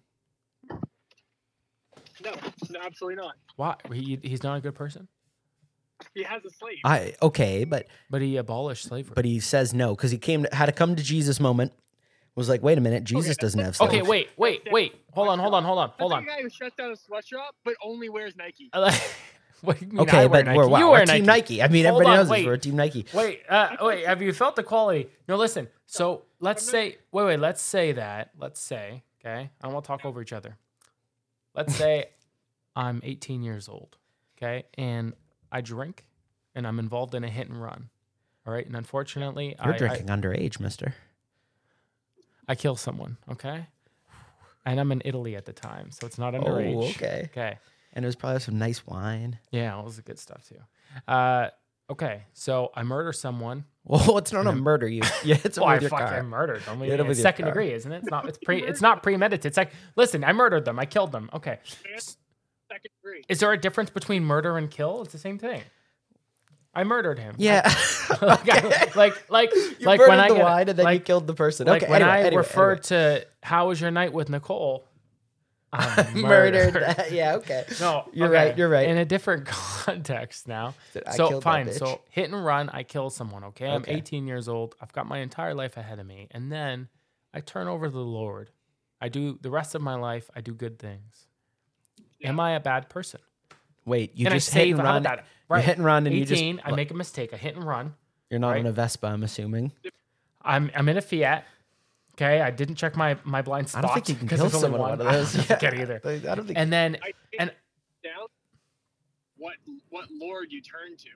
D: No, no, absolutely not.
A: Why? He, he's not a good person,
D: He has a slave.
B: I okay, but
A: but he abolished slavery.
B: but he says no because he came to, had a come to Jesus moment. Was like, wait a minute, Jesus doesn't have slaves.
A: Okay, wait, wait, wait. Hold on, hold on, hold on,
D: That's
A: hold
D: the
A: on.
D: guy who shuts down a sweatshop but only wears Nike.
B: Uh,
A: (laughs) what do you mean I
B: Okay,
A: wear
B: but
A: Nike?
B: we're, wow,
A: you
B: we're
A: wear
B: Team
A: Nike.
B: Nike. I mean,
A: Hold
B: everybody
A: on,
B: knows this.
A: wait.
B: We're Team Nike.
A: Wait, uh, wait. Have you felt the quality? No, listen. So let's say, wait, wait. Let's say that. Let's say, okay. I won't talk over each other. Let's
B: (laughs)
A: say I'm 18 years old, okay, and I drink, and I'm involved in a hit and run. All right, and unfortunately,
B: You're
A: I, I
B: drinking underage, Mister.
A: I kill someone, okay, and I'm in Italy at the time, so it's not underage.
B: Oh, okay.
A: Okay.
B: And it was probably some nice wine. (laughs)
A: Yeah, all this is good stuff too. Uh, okay, so I murder someone.
B: Well, it's not a murder. You, (laughs) yeah, it's
A: Well, Oh, I
B: with your
A: fucking (laughs)
B: car.
A: murdered them.
B: Hit 'em with
A: It's
B: your
A: second
B: car.
A: degree, isn't it? It's not. It's pre. It's not premeditated. It's like, listen, I murdered them. I killed them. Okay. S-
D: Second degree.
A: Is there a difference between murder and kill? It's the same thing. I murdered him.
B: Yeah,
A: (laughs)
B: (laughs)
A: like, I,
B: Okay.
A: (laughs) like, like,
B: (laughs) you
A: like
B: murdered
A: when I
B: the
A: get,
B: wine and then you
A: like,
B: killed the person.
A: like
B: okay,
A: when
B: anyway,
A: I
B: anyway,
A: refer to how was your night with
B: (laughs)
A: Nicole? I
B: anyway. murdered. that. Yeah, okay.
A: (laughs) No,
B: You're
A: okay.
B: right, you're right.
A: In a different (laughs) context now.
B: (laughs) I
A: so
B: killed that
A: fine.
B: bitch.
A: So hit and run. I kill someone. Okay? I'm
B: Okay.
A: 18 years old. I've got my entire life ahead of me, and then I turn over to the Lord. I do the rest of my life. I do good things. Am I a bad person?
B: Wait, you
A: and
B: just
A: I
B: hit
A: save
B: and
A: how
B: run.
A: about that?
B: You're
A: Right.
B: hit and run, and
A: 18,
B: you just
A: I make a mistake. I hit and run.
B: you're not
A: right.
B: in a Vespa, I'm assuming.
A: I'm I'm in a Fiat. Okay, I didn't check my my blind
B: I
A: spot.
B: don't think you can
A: 'cause
B: kill
A: there's only
B: someone out
A: (laughs)
B: of
A: I
B: those.
A: don't
B: (laughs) Yeah.
A: think I either.
B: I don't think.
A: And then
E: I think
A: And-
E: down what what lord you turn to.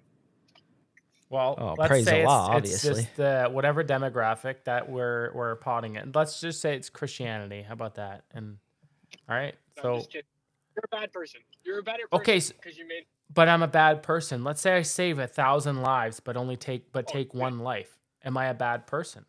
A: well,
B: Oh,
A: let's
B: praise
A: say it's, it's
B: Allah, obviously.
A: just the whatever demographic that we're we're potting it. Let's just say it's Christianity. How about that? And all right,
E: No, I'm
A: so
E: just kidding. you're a bad person. You're a better person
A: Okay, s-
E: because you made
A: but I'm a bad person. Let's say I save a thousand lives, but only take but take one life. Am I a bad person?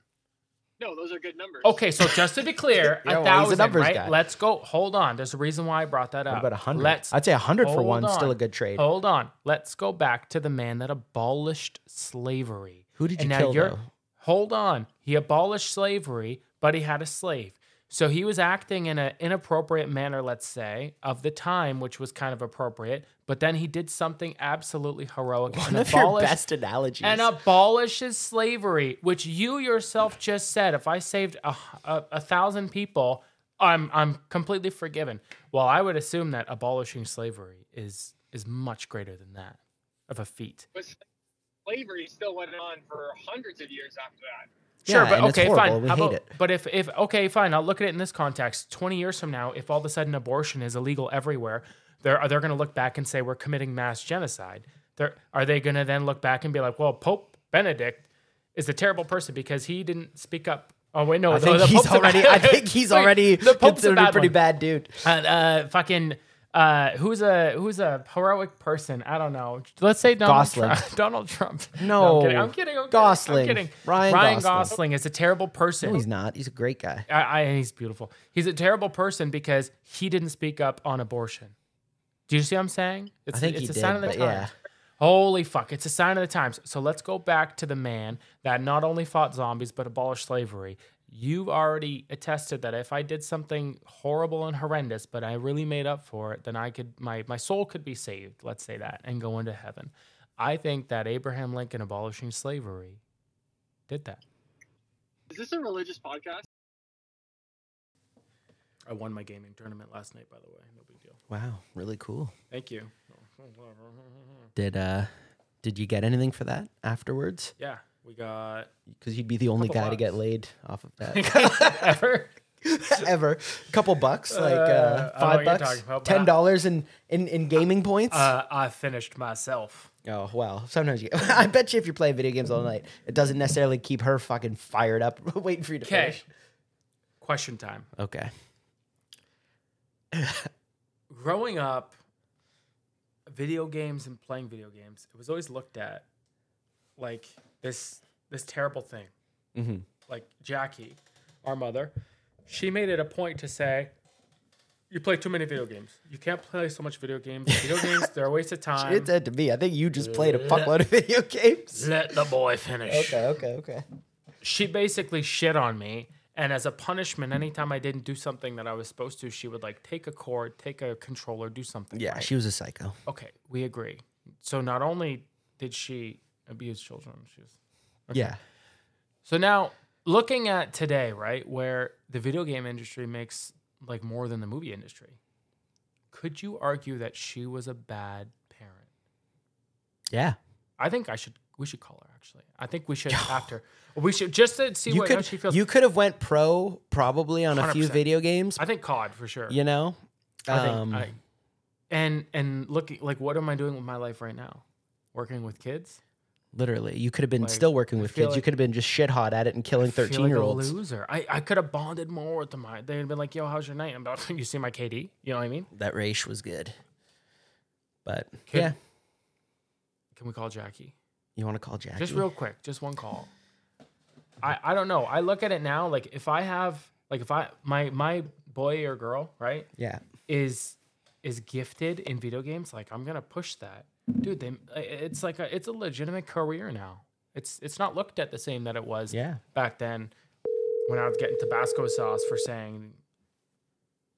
E: no. Those are good numbers.
A: Okay, so just to be
B: (laughs)
A: clear,
B: Yeah,
A: a
B: well, he's a
A: thousand,
B: numbers
A: right?
B: guy.
A: Let's go. Hold on. There's a reason why I brought that up.
B: what about a hundred?
A: uh, Let's
B: I'd say a hundred for
A: hold
B: one, still
A: on. Oh,
B: a good trade.
A: Hold on. Let's go back to the man that abolished slavery.
B: Who did you
A: and now
B: kill?
A: you're- (laughs)
B: though?
A: Hold on. He abolished slavery, but he had a slave. So he was acting in an inappropriate manner, let's say, of the time, which was kind of appropriate. But then he did something absolutely heroic
B: One
A: and
B: of your
A: abolished
B: best analogies.
A: and uh, abolishes slavery, which you yourself just said. If I saved a, a, a thousand people, I'm I'm completely forgiven. Well, I would assume that abolishing slavery is is much greater than that of a feat.
E: But slavery still went on for hundreds of years after that.
A: Sure,
B: Yeah,
A: but
B: and it's
A: okay,
B: horrible.
A: fine.
B: We
A: How
B: hate
A: about-
B: it.
A: (laughs) But if if okay, fine. I'll look at it in this context. Twenty years from now, if all of a sudden abortion is illegal everywhere, they're are they going to look back and say we're committing mass genocide? They're, are they going to then look back and be like, well, Pope Benedict is a terrible person because he didn't speak up? Oh wait, no,
B: I
A: the-
B: think
A: the
B: he's
A: Pope's a bad-
B: already. I think he's
A: (laughs) Wait,
B: already
A: the Pope's a
B: considered a
A: bad
B: pretty
A: one.
B: bad dude.
A: Uh, uh, fucking. Uh, who's a who's a heroic person? I don't know. Let's say Donald
B: Gosling.
A: Trump. (laughs) Donald Trump.
B: No.
A: I'm kidding. I'm kidding. I'm kidding.
B: Gosling.
A: I'm kidding.
B: Ryan Gosling.
A: is a terrible person.
B: No, he's not. He's a great guy.
A: I, I, and he's beautiful. He's a terrible person because he didn't speak up on abortion. Do you see what I'm saying? It's,
B: I think
A: it's
B: he
A: a
B: did,
A: sign of the
B: but
A: times.
B: yeah.
A: Holy fuck, it's a sign of the times. So let's go back to the man that not only fought zombies but abolished slavery. You've already attested that if I did something horrible and horrendous, but I really made up for it, then I could my my soul could be saved, let's say that, and go into heaven. I think that Abraham Lincoln abolishing slavery did that.
E: Is this a religious podcast?
A: I won my gaming tournament last night, by the way. No big deal.
B: Wow, really cool.
A: Thank (laughs) you.
B: Did uh, did you get anything for that afterwards?
A: Yeah, we (laughs) got
B: Because you'd be the only
A: Couple
B: guy to get
A: bucks.
B: laid off of that
A: ever.
B: (laughs) ever. Couple bucks, like uh,
A: Uh, I don't know what
B: five
A: you're
B: bucks,
A: talking about, but I-
B: ten dollars in, in in gaming points.
A: Uh, I finished myself.
B: oh wow! Sometimes you. (laughs) I bet you if you're playing video games all night, it doesn't necessarily keep her fucking fired up, (laughs) waiting for you to
A: Okay.
B: finish.
A: Question time.
B: Okay.
A: Growing up, video games and playing video games, it was always looked at like this this terrible thing.
B: Mm-hmm.
A: Like Jackie, our mother, she made it a point to say, "You play too many video games. You can't play so much video games. (laughs) Video games, they're a waste of time."
B: It said to me. I think you just played
A: Uh,
B: a fuckload of (laughs) video games.
A: Let the boy finish.
B: Okay, okay, okay.
A: she basically shit on me. And as a punishment, anytime I didn't do something that I was supposed to, she would like take a cord, take a controller, do something.
B: Yeah,
A: right?
B: she was a psycho.
A: okay, we agree. So not only did she abuse children, she was.
B: Yeah.
A: So now looking at today, right, where the video game industry makes like more than the movie industry, could you argue that she was a bad parent?
B: Yeah.
A: I think I should. We should call her actually. I think we
B: (sighs)
A: should after. We should just to see
B: you
A: what how
B: could
A: she feels.
B: you could have went pro probably on a few
A: 100%.
B: video games.
A: I think COD for sure.
B: You know,
A: I think,
B: Um,
A: I, and and looking like what am I doing with my life right now? Working with kids,
B: literally, you could have been
A: Like,
B: still working
A: I
B: with
A: feel
B: kids. you
A: like-
B: could have been just shit hot at it and killing
A: I feel like
B: thirteen year olds.
A: A loser. I, I could have bonded more with them. I- They'd have been like, "Yo, how's your night?" I'm about (laughs) you see my KD. You know what I mean?
B: That race was good, but
A: Could-
B: yeah,
A: Can we call Jackie?
B: you want to call Jackie?
A: Just real quick, just one call. I I don't know. I look at it now like if I have like if I my my boy or girl right
B: yeah,
A: is is gifted in video games like i'm gonna push that dude they it's like a it's a legitimate career now it's it's not looked at the same that it was
B: yeah.
A: back then when i was getting tabasco sauce for saying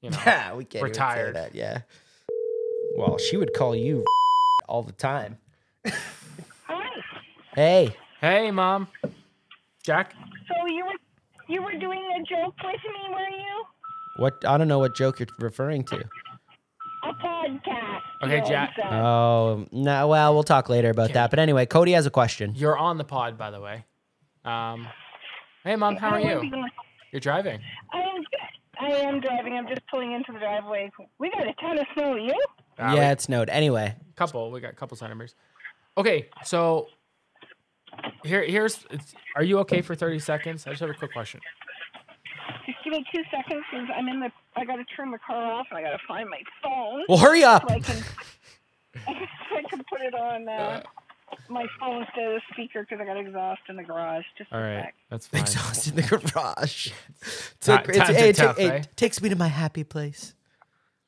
A: you know
B: Yeah, we can't even say
A: Retired.
B: that. Yeah. Well, she would call you (laughs) all the time.
F: Hello.
B: Hey,
A: (laughs) hey mom jack
F: So you were you were doing a joke with me, were you?
B: what? I don't know what joke you're referring to.
F: A podcast.
A: Okay, Jack.
B: Oh no! Well, we'll talk later about that. But anyway, Cody has a question.
A: You're on the pod, by the way. Um, hey, mom, how are you? You're driving.
F: I am good. I am driving. I'm just pulling into the driveway. We got a ton of snow. You?
A: Uh, we-
B: yeah, it snowed. Anyway,
A: couple. We got a couple centimeters. Okay, so here, here's. it's- Are you okay for 30 seconds? I just have a quick question.
F: Just give me two seconds. 'cause I'm in the. I gotta turn the car off, and I gotta find my phone
B: well, hurry up. (laughs)
F: so I can. (laughs) so I can put it on uh, my phone instead of the speaker because I got exhaust in the garage. Just
A: All
F: a
A: right,
F: sec.
A: that's fine.
B: Exhaust in the garage. It's
A: Ti-
B: a- it's-
A: times are
B: hey, it ta-
A: tough,
B: it
A: eh?
B: takes me to my happy place.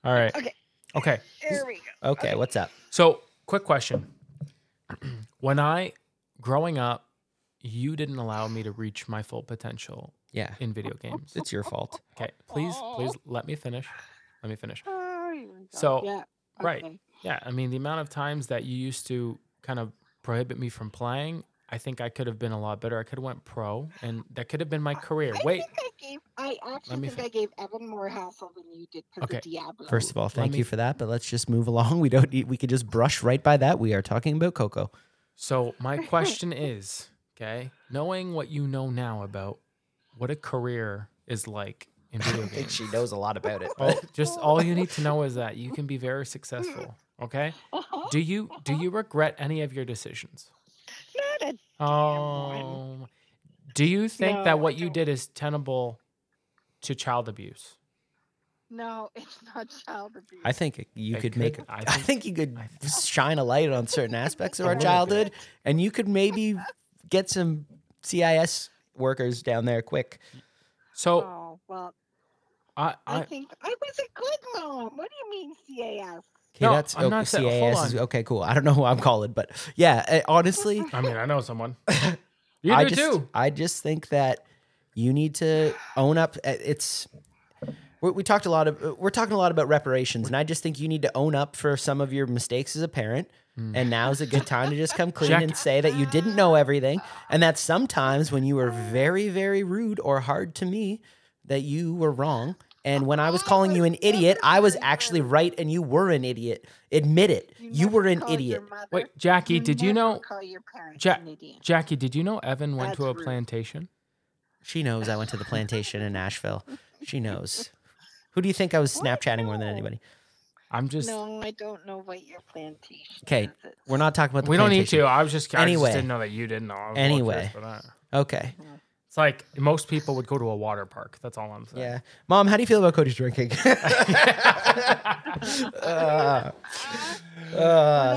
A: All right.
F: Okay.
A: Okay.
F: There we go.
B: Okay, what's up?
A: So, quick question. (clears throat) when I growing up, you didn't allow me to reach my full potential
B: Yeah,
A: in video games.
B: it's your fault.
A: Okay, please, please let me finish. Let me finish.
G: Oh, here we go.
A: So,
G: yeah,
A: right.
G: okay.
A: Yeah, I mean the amount of times that you used to kind of prohibit me from playing, I think I could have been a lot better. I could have went pro, and that could have been my career.
G: I
A: Wait,
G: think I gave. I
A: Let me
G: actually think
A: fi-
G: I gave Evan more hassle than you did for
A: Okay.
G: the Diablo.
B: First of all, thank
A: me-
B: you for that, but let's just move along. (laughs) We don't. need- We could just brush right by that. We are talking about Coco.
A: so
G: (laughs)
A: my question is, okay, knowing what you know now about what a career is like
B: (laughs)
A: in video games,
B: knows a lot about it.
A: all, just all you need to know is that you can be very successful. Okay,
G: Uh-huh.
A: do you do you regret any of your decisions?
G: Not a
A: Oh, do you think
G: No, I
A: that what you
G: don't.
A: did is tenable to child abuse?
G: no. It's not child abuse.
B: I think you
A: It
B: could, make.
A: could- I
B: I think,
A: think-
B: you could
A: I think-
B: shine a light on certain aspects of
A: A
B: our
A: little bit.
B: childhood, and you could maybe get some CIS workers down there quick.
A: So
G: Oh well,
A: I,
G: I,
A: I
G: think I was a good mom. What do you mean CAS?
B: Okay,
A: No,
B: that's
A: I'm
B: oh,
A: not sa- hold
B: CIS. Is,
A: on.
B: okay, cool. I don't know who I'm calling, but yeah, eh, honestly,
A: I mean I know
B: (laughs)
A: someone. You
B: I
A: do
B: just
A: too.
B: I just think that you need to own up. eh, It's we, we talked a lot of eh, we're talking a lot about reparations, and I just think you need to own up for some of your mistakes as a parent.
A: Mm.
B: And now's a good time to just come clean
A: Jack-
B: and say that you didn't know everything, and that sometimes when you were very, very rude or hard to me, that you were wrong. And when I was calling you an idiot, I was actually right, and you were an idiot. Admit it. You
G: never
B: were an
G: called your
B: idiot.
G: mother-
A: Wait, Jackie,
G: you
A: did you
G: never
A: know
G: Call your parents
A: Jack-
G: an idiot.
A: Jackie, did you know Evan went to a
G: That's rude.
A: plantation?
B: She knows I went to the plantation in Nashville. She knows. Who do you think I was
G: What?
B: Snapchatting more than
G: No.
B: anybody?
A: I'm just
G: no, I don't know what your plantation.
B: 'Kay,
G: is. It's-
B: We're not talking about the
A: we don't need
B: plantation.
A: to. I was just I
B: Anyway.
A: just didn't know that you didn't know. I was a little curious
B: Anyway.
A: for that.
B: Okay.
A: It's like most people would go to a water park. That's all I'm saying.
B: Yeah. Mom, how do you feel about Cody's drinking? (laughs) Uh, uh,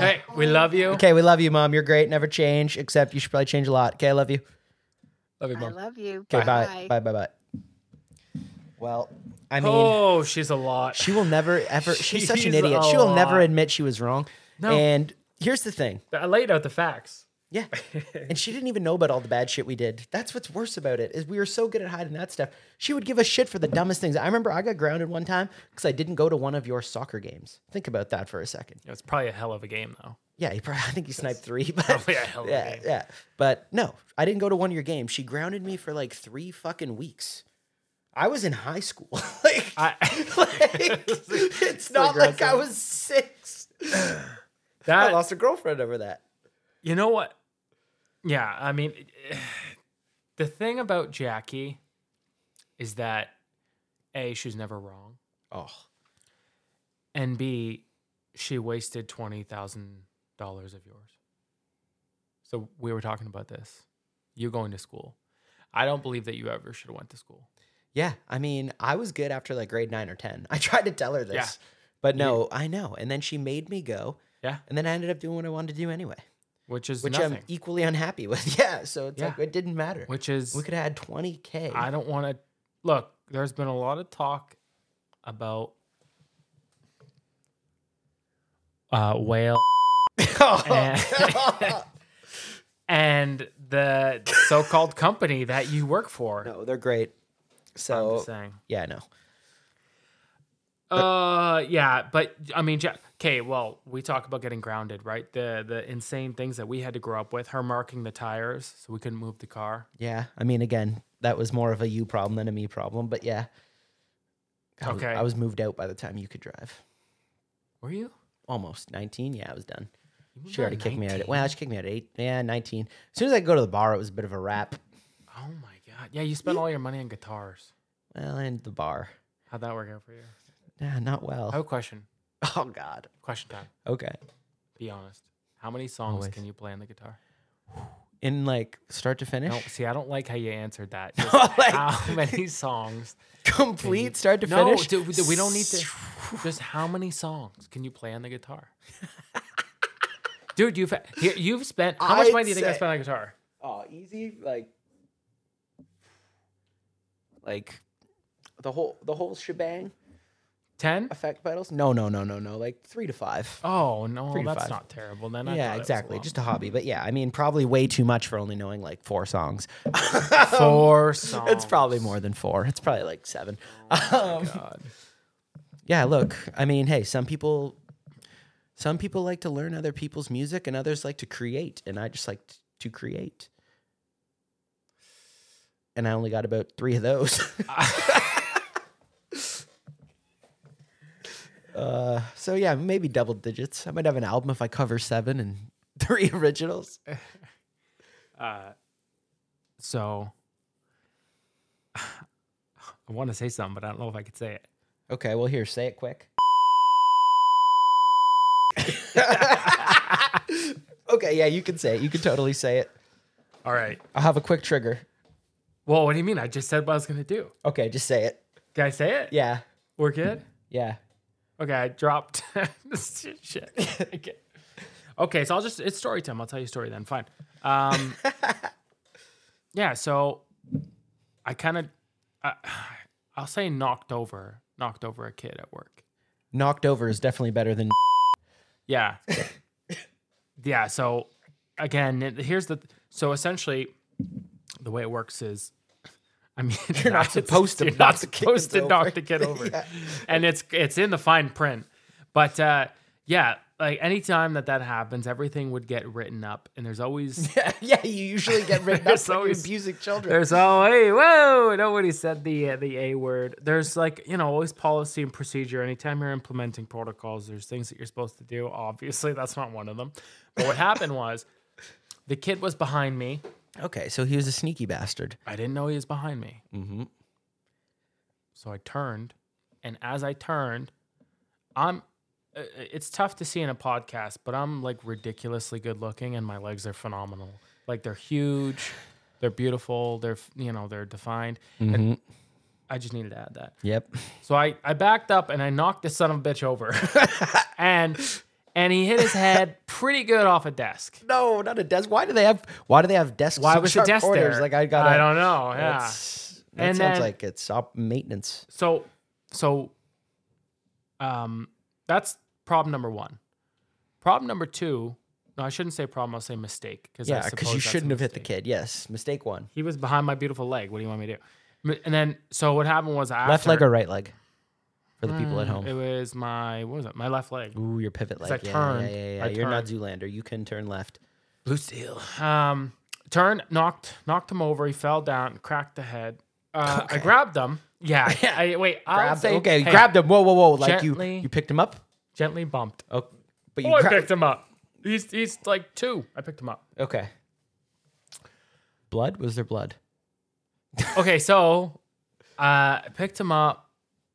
A: (laughs) hey, we love you.
B: Okay, we love you, Mom. You're great. Never change, except you should probably change a lot. Okay, I love you.
A: Love you,
G: I
A: mom.
G: love you.
B: Okay, bye. Bye, bye, bye. Well, I mean,
A: oh, she's a lot.
B: she will never, ever, she's such an
A: She's
B: idiot.
A: a
B: She will never
A: lot.
B: admit she was wrong.
A: No.
B: And here's the thing
A: I laid out the facts. (laughs)
B: Yeah. and she didn't even know about all the bad shit we did. That's what's worse about it is we were so good at hiding that stuff. She would give us shit for the dumbest things. I remember I got grounded one time because I didn't go to one of your soccer games. Think about that for a second.
A: It's probably a hell of a game though. (laughs)
B: Yeah, he probably, (laughs) I think you sniped three, but
A: Probably a Oh, hell of a
B: yeah,
A: game.
B: yeah. But no, I didn't go to one of your games. She grounded me for like three fucking weeks. I was in high school. (laughs) like,
A: I, (laughs)
B: like, it's not like I
A: aggressive.
B: was six. I
A: that
B: lost a girlfriend over that.
A: you know what? Yeah, I mean, (sighs) the thing about Jackie is that a she's never wrong,
B: Oh,
A: and b she wasted twenty thousand dollars of yours. So we were talking about this. You going to school? I don't believe that you ever should have went to school.
B: Yeah, I mean, I was good after like grade nine or ten. I (laughs) tried to tell her this,
A: Yeah.
B: but no, I know. And then she made me go.
A: Yeah.
B: and then I ended up doing what I wanted to do anyway,
A: Which is
B: which um,
A: nothing.
B: I'm equally unhappy with. (laughs) Yeah, so it's
A: Yeah.
B: like it didn't matter.
A: which is
B: we could have had twenty k. (laughs)
A: I don't want to look. There's been a lot of talk about uh, whale
B: Oh,
A: (laughs) and the so-called company that you work for.
B: (laughs) no, they're great.
A: I'm just
B: So
A: saying.
B: yeah, no,
A: Uh, yeah, but I mean, Jack. Okay, well, we talk about getting grounded, right? The the insane things that we had to grow up with. Her marking the tires so we couldn't move the car.
B: yeah. I mean, again, that was more of a you problem than a me problem, but yeah. I was-
A: Okay.
B: I was moved out by the time you could drive.
A: Were you?
B: almost 19. Yeah, I was done. She already kicked me out. At, well, she kicked me out at eight. Yeah, 19. As soon as I could go to the bar, it was a bit of a wrap.
A: Oh my god. Yeah, you spent all your money on guitars.
B: Well, and the bar.
A: How'd that work out for you?
B: Yeah, not
A: I have a (laughs)
B: well.
A: question.
B: Oh, God.
A: Question time.
B: Okay.
A: Be honest. How many songs
B: Always.
A: can you play on the guitar?
B: In like start to finish, (laughs)
A: No, see, I don't like how you answered that. Just
B: Like-
A: how many songs?
B: (laughs) complete start to
A: no,
B: finish.
A: dude, we don't need
B: (sighs)
A: to. Just how many songs can you play on the guitar? dude, you've here, you've spent how much
B: I'd
A: money do you think I
B: say-
A: spent on guitar?
B: Oh, easy like like the whole the whole shebang
A: Ten?
B: effect pedals? No, no, no, no, no. Like 3 to 5.
A: Oh no,
B: Three to
A: that's
B: five.
A: not terrible. Then I
B: yeah,
A: thought it was a
B: exactly.
A: lot.
B: Just a hobby, but yeah, I mean probably way too much for only knowing like four
A: (laughs)
B: songs.
A: four songs.
B: um,
A: Oh
B: It's probably more than 4. It's probably like 7. Um, (laughs)
A: God.
B: yeah, look, I mean, hey, some people some people like to learn other people's music and others like to create, and I just like t- to create. And I only got about 3 of those. (laughs) uh, so yeah, maybe double digits. I might have an album if I cover 7 and (laughs) 3 originals.
A: Uh, so (sighs) I want to say something, but I don't know if I could say
B: (laughs)
A: it.
B: Okay, well here, say it quick. (laughs) okay, yeah, you can say it. You can totally say it.
A: All right.
B: I'll have a quick trigger.
A: Well, what do you mean? I just said what I was gonna do.
B: Okay, just say it.
A: Did I say it?
B: Yeah,
A: We're good.
B: yeah.
A: Okay, I dropped (laughs) shit. (laughs) Okay. Okay, so I'll just it's story time. I'll tell you a story then. Fine. Um, yeah, so I kind of I, (sighs) I'll say knocked over, knocked over a kid at work.
B: Knocked over is definitely better than. (laughs)
A: Yeah. yeah. So again, it- here's the so essentially the way it works is I mean
B: (laughs)
A: (laughs)
B: You're not supposed to
A: you're
B: knock
A: not
B: the
A: supposed
B: kids
A: to
B: over.
A: knock the kid over.
B: (laughs) Yeah.
A: And it's it's in the fine print. But uh yeah, like anytime that that happens, everything would get written up and there's always
B: (laughs) yeah, you usually get (laughs) written up
A: There's
B: for
A: always-
B: abusing children.
A: There's all hey whoa nobody said the uh, the a word. There's like you know always policy and procedure. Anytime you're implementing protocols, there's things that you're supposed to do. Obviously, that's not one of them. But what happened was the kid was behind me.
B: Okay, so he was a sneaky bastard.
A: I didn't know he was behind me,
B: Mm-hmm.
A: so I turned, and as I turned, I'm. uh, It's tough to see in a podcast, but I'm like ridiculously good looking, and my legs are phenomenal. Like they're huge, they're beautiful, they're f- you know they're defined.
B: Mhm.
A: I just needed to add that.
B: Yep.
A: So I, I backed up and I knocked this son of a bitch over. (laughs) and and he hit his head pretty good off a desk.
B: No, not a desk. Why do they have? Why do they have desks?
A: Why
B: and
A: was the
B: sharp
A: desk
B: corners?
A: there?
B: Like I got.
A: I don't know. Yeah.
B: That's, that
A: And
B: sounds
A: then-
B: like it's op- maintenance.
A: So so um that's problem number 1. Problem number 2, no I shouldn't say problem, I'll say mistake cuz
B: Yeah, because you shouldn't have hit the kid. Yes, mistake one.
A: He was behind my beautiful leg. What do you want me to do? M- And then so what happened was after,
B: Left leg or right leg, for the people at
A: Mm,
B: home.
A: It was my what was it? My left leg.
B: Ooh, your pivot
A: I
B: leg. Yeah,
A: turned.
B: yeah, yeah, yeah.
A: I
B: You're not Zoolander. You can turn left.
A: Blue steel. Um, turned, knocked, knocked him over. He fell down, cracked the head. Uh, I
B: Okay.
A: grabbed him. Yeah.
B: (laughs)
A: I, wait. I'll
B: Grabbed-
A: say,
B: okay, you
A: hey,
B: grabbed him. Whoa, whoa, whoa! Like
A: gently-
B: you, you picked him up.
A: Gently bumped.
B: Oh, but you.
A: Oh, I
B: gra-
A: picked him up. He's he's like two. I picked him up.
B: okay. Blood? Was there blood?
A: Okay, so uh, I picked him up,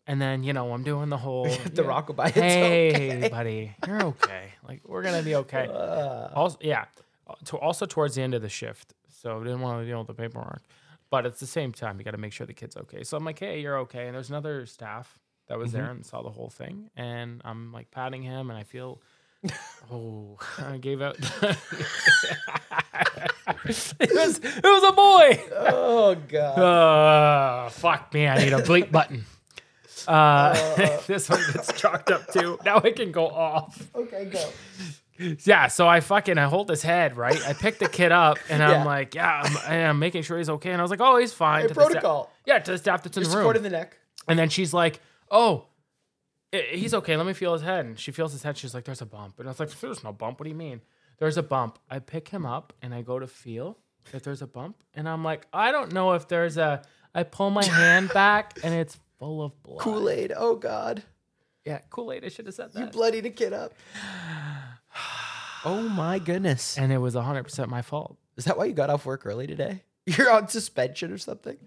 A: and then you know I'm doing the whole
B: (laughs) (laughs) the
A: you know,
B: rock by
A: Hey, (laughs) buddy, you're okay. Like we're gonna be okay.
B: (laughs)
A: (laughs) also, yeah. uh, To, also towards the end of the shift, so didn't want to deal with the paperwork. But at the same time, you got to make sure the kid's okay. So I'm like, hey, you're okay. And there's another staff that was there and saw the whole thing, and I'm like patting him, and I feel, (laughs) oh, I gave (laughs) out. it was it was a boy.
B: Oh god.
A: Uh, fuck me, I need a bleep button. Uh, (laughs) this one gets chalked up too. Now I can go off.
B: Okay, go.
A: Yeah, so I fucking I hold his head right. I pick the kid
B: (laughs)
A: up and
B: Yeah.
A: I'm like, yeah, I'm, and I'm making sure he's okay. And I was like, oh, he's fine.
B: Hey,
A: to the sta-
B: protocol.
A: yeah, to the staff that's in the room.
B: Support in the neck.
A: and then she's like, oh, i- he's okay. Let me feel his head. And she feels his head. She's like, there's a bump. And I was like, there's no bump. What do you mean? There's a bump. I pick him up and I go to feel if there's a bump. And I'm like, I don't know if
B: (laughs)
A: there's a. I pull my hand back and it's full of blood.
B: Kool Aid. Oh god.
A: Yeah, Kool Aid. I should have said
B: You
A: that.
B: bloodied a kid up. (sighs) Oh my goodness.
A: and it was 100% my fault.
B: Is that why you got off work early today? (laughs) You're on suspension or something?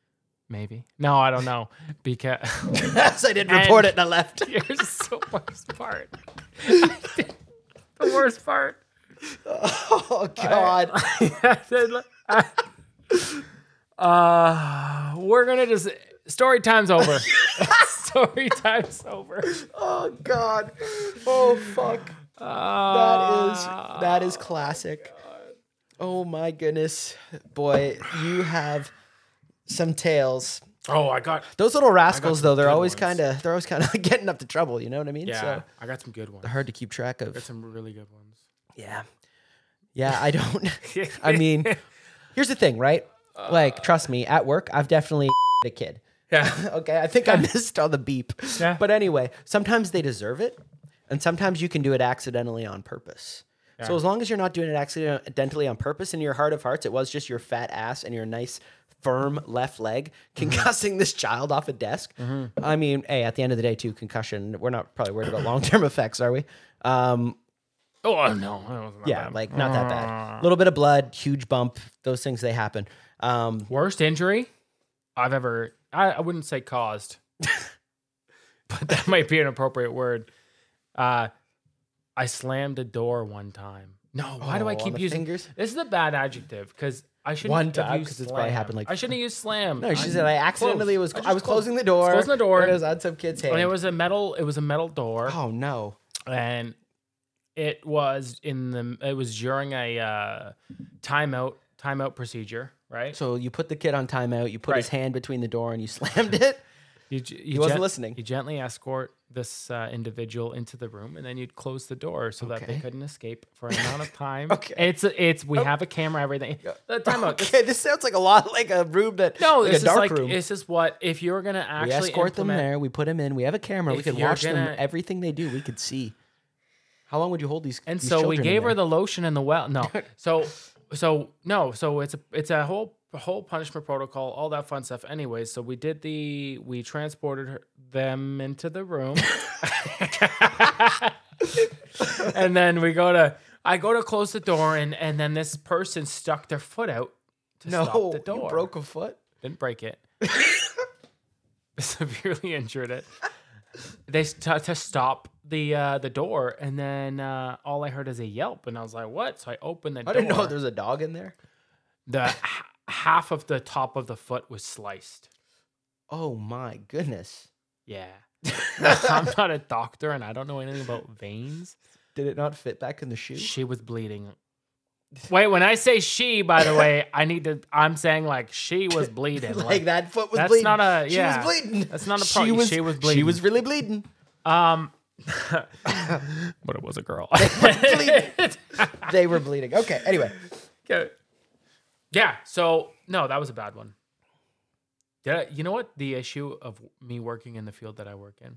A: (laughs) Maybe. No, I don't know. Because (laughs)
B: so I didn't report
A: And-
B: it and I left.
A: here's the (laughs) worst part. the worst part.
B: (laughs) Oh God.
A: (laughs) uh, we're gonna just story time's
B: (laughs)
A: over. (laughs) story time's over.
B: Oh God. Oh fuck. That is
A: Ah. Uh,
B: that is classic. Oh my goodness. Boy, you have some tales.
A: Oh, I got
B: Those little rascals
A: some
B: though, they're
A: good
B: always
A: ones.
B: kind of they're always kind of (laughs) getting up to trouble, you know what I mean?
A: yeah.
B: So
A: I got some good ones.
B: they're uh, hard to keep track
A: I got
B: of.
A: some really good ones.
B: Yeah. Yeah,
A: (laughs)
B: I don't I mean, here's the thing, right? Like, trust me, at work, I've definitely (laughs) a kid.
A: yeah,
B: (laughs) Okay, I think I missed on the beep.
A: Yeah.
B: But anyway, sometimes they deserve it, and sometimes you can do it accidentally on purpose. So
A: Yeah.
B: as long as you're not doing it accidentally on purpose, in your heart of hearts, it was just your fat ass and your nice firm left leg
A: Mm-hmm.
B: concussing this child off a desk. I mean, hey, at the end of the day, too, concussion. We're not probably worried about long term (laughs) effects, are we? Um,
A: oh no, that wasn't that
B: yeah,
A: bad. Uh,
B: like not that bad. A little bit of blood, huge bump. Those things they happen. Um,
A: worst injury I've ever. I, I wouldn't say caused, (laughs) but that might be an appropriate word. Uh, I slammed a door one time. No, why do
B: Oh,
A: I
B: on
A: keep
B: the
A: using
B: fingers?
A: This is a bad adjective because I shouldn't
B: One
A: have
B: time,
A: used
B: 'cause it's probably
A: slam.
B: happened, like,
A: I shouldn't use slam.
B: No, she said I accidentally was.
A: closed.
B: I,
A: just
B: was
A: closed.
B: closing the door.
A: It's closing the door.
B: And it was on some kid's hand.
A: And it was a metal. It was a metal door,
B: Oh no!
A: and it was in the. It was during a uh, timeout timeout procedure, right?
B: So you put the kid on timeout. You put his
A: Right.
B: hand between the door and you (laughs) slammed it.
A: You, g- (laughs) you
B: He wasn't listening.
A: You gently escort this uh, individual into the room, and then you'd close the door so that they
B: Okay.
A: couldn't escape for an amount
B: (laughs)
A: of time.
B: Okay. Oh.
A: It's it's we have a camera, everything. The timeout. this-
B: (laughs) okay, this sounds like a lot like a room that
A: No,
B: like
A: this is
B: a dark
A: like
B: room.
A: this is what if you're gonna
B: we
A: actually
B: escort them
A: implement-
B: there. We put them in. We have a camera. We
A: If
B: could
A: you're
B: watch
A: gonna-
B: them. Everything they do, we could see. How long would you hold these?
A: And
B: these
A: so we
B: children in
A: gave her
B: there?
A: the lotion and the well.
B: (laughs)
A: No, so so no, so it's a it's a whole whole punishment protocol, all that fun stuff. Anyways, so we did the we transported her, them into the room, (laughs) and then we go to I go to close the door, and and then this person stuck their foot out to
B: no.
A: stop the door.
B: You broke a foot.
A: Didn't break it. (laughs) Severely injured it. They st- to stop the uh, the door, and then uh, all I heard is a yelp, and I was like, "What?" So I opened the
B: I
A: door.
B: didn't know there was a dog in there.
A: the h- half of the top of the foot was sliced.
B: Oh my goodness!
A: Yeah, (laughs) I'm not
B: (laughs)
A: a doctor, and I don't know anything about veins.
B: Did it not fit back in the shoe? (laughs)
A: She was bleeding. Wait, when I say she, by the way, I need to. I'm saying like she
B: (laughs)
A: was bleeding.
B: like, that foot was
A: that's
B: bleeding.
A: not a- yeah.
B: She was bleeding.
A: That's not a problem. She was
B: She
A: bleeding.
B: was really bleeding.
A: Um, (laughs) but it was a (laughs) girl.
B: They were bleeding. Okay. Anyway,
A: Okay. Yeah. So no, that was a bad one. Did I, you know what the issue of me working in the field that I work in?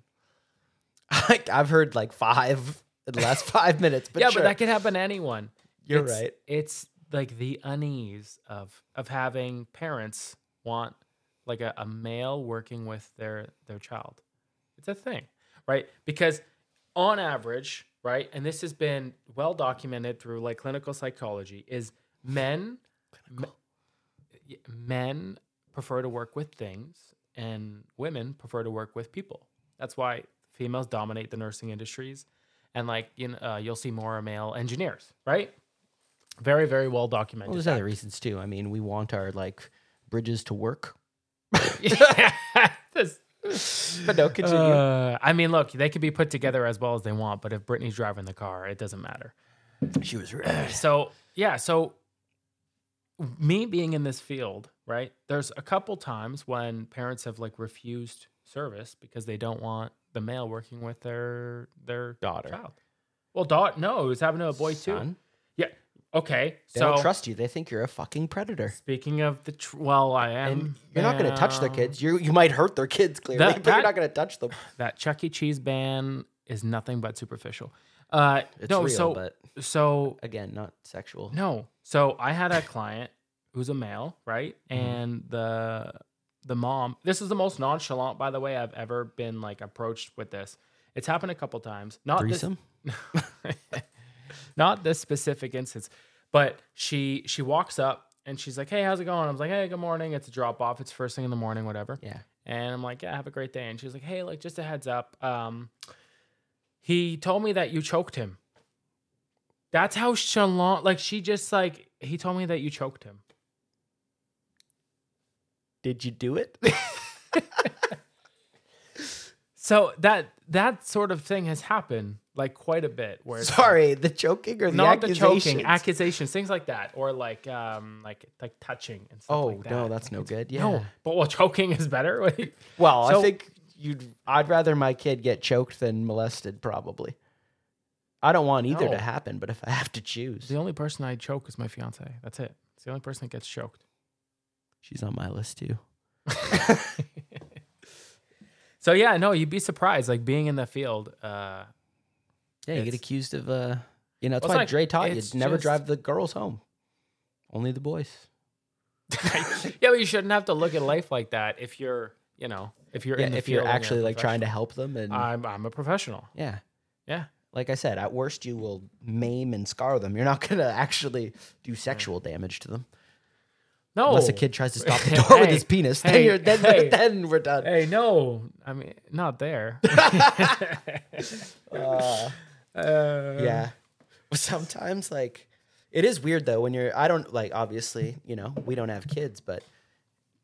B: I, I've heard (laughs) like five in the last (laughs) five minutes, but
A: yeah,
B: sure,
A: but that could happen to anyone.
B: you're
A: It's-
B: right.
A: It's like the unease of of having parents want like a, a male working with their their child. It's a thing, right? Because on average, right, and this has been well documented through like clinical psychology, is men y- men prefer to work with things and women prefer to work with people. That's why females dominate the nursing industries and like you know, uh, you'll see more male engineers, right? Very very well
B: Well,
A: documented.
B: there's other reasons too. I mean, we want our like bridges to work.
A: (laughs) This-
B: But no, continue.
A: Uh, I mean, look, they can be put together as well as they want, but if Brittany's driving the car, it doesn't matter.
B: she was red.
A: So yeah, so me being in this field, right? There's a couple times when parents have like refused service because they don't want the male working with their their
B: Daughter.
A: Child. Well, daughter, no, it was having a boy too.
B: Son,
A: Okay,
B: they
A: so
B: don't trust you. They think you're a fucking predator,
A: speaking of the tr- well, I am.
B: and you're not going to touch their
A: now-
B: kids. You you might hurt their kids clearly,
A: That-
B: (laughs) but you're
A: that-
B: not going to touch them.
A: That Chuck E. Cheese ban is nothing but superficial. Uh,
B: (sighs) It's
A: no,
B: real,
A: so
B: but
A: so
B: again, not sexual.
A: No. So I had a client who's a male, right?
B: Mhm.
A: And the the mom, this is the most nonchalant, by the way, I've ever been like approached with this. It's happened a couple times. Not this-
B: Threesome?
A: (laughs) not this specific instance, but she she walks up and she's like, "Hey, how's it going?" I was like, "Hey, good morning. It's a drop off. It's first thing in the morning, whatever."
B: Yeah.
A: And I'm like, "Yeah, have a great day." And she's like, "Hey, like just a heads up. Um, he told me that you choked him. That's how nonchalant. Like she just like he told me that you choked him.
B: Did you do (laughs) it?
A: So that that sort of thing has happened like quite a bit. Where it's like-
B: Sorry, the choking or the
A: not the choking,
B: accusations?
A: accusations, things like that, or like um like like touching and stuff
B: Oh
A: like that.
B: no, that's no good. Yeah.
A: No, but well, (laughs) choking is better. Wait.
B: Well, I
A: So-
B: think you'd. I'd rather my kid get choked than molested. Probably. I don't want either
A: No.
B: to happen, but if I have to choose,
A: the only person I choke is my fiance. That's it. It's the only person that gets choked.
B: she's on my list too.
A: (laughs) so yeah, no, you'd be surprised. Like being in the field, uh, (laughs)
B: Yeah, you get
A: It's-
B: accused of. uh You know,
A: Well,
B: that's
A: it's
B: why
A: like-
B: Dre taught you
A: it's
B: never
A: just-
B: drive the girls home, only the boys.
A: yeah, but you shouldn't have to look at life like that if you're, you know, if you're
B: Yeah,
A: in the
B: if you're
A: field and
B: actually
A: a
B: like trying to
A: professional.
B: help them and
A: I'm I'm a professional.
B: yeah,
A: Yeah.
B: Like I said, at worst you will maim and scar them. You're not gonna actually do sexual damage to them
A: No,
B: unless a kid
A: (laughs)
B: tries to stop the door with
A: Oh. Hey,
B: his penis. then
A: hey,
B: you're then,
A: hey.
B: then we're done.
A: Hey, no, I mean not
B: (laughs)
A: there. (laughs)
B: Uh,
A: Um,
B: yeah. Um, Sometimes like it is weird though when you're I don't like obviously, you know, we don't have kids, but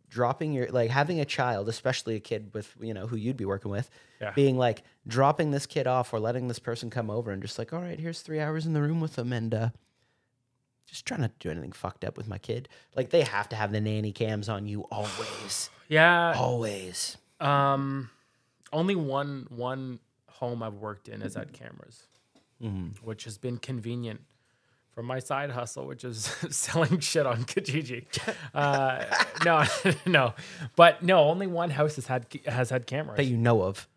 B: dropping your like having a child, especially a kid with, you know, who you'd be working with,
A: Yeah.
B: being like dropping this kid off or letting this person come over and just like, "All right, here's 3 hours in the room with them and uh just trying not to do anything fucked up with my kid. Like they have to have the nanny cams on you always.
A: Yeah,
B: Always.
A: Um, only one one home I've worked in has had cameras,
B: Mhm.
A: which has been convenient for my side hustle, which is (laughs) selling shit on Kijiji. Uh, no, (laughs) no, but no, only one house has had has had cameras.
B: that you know of.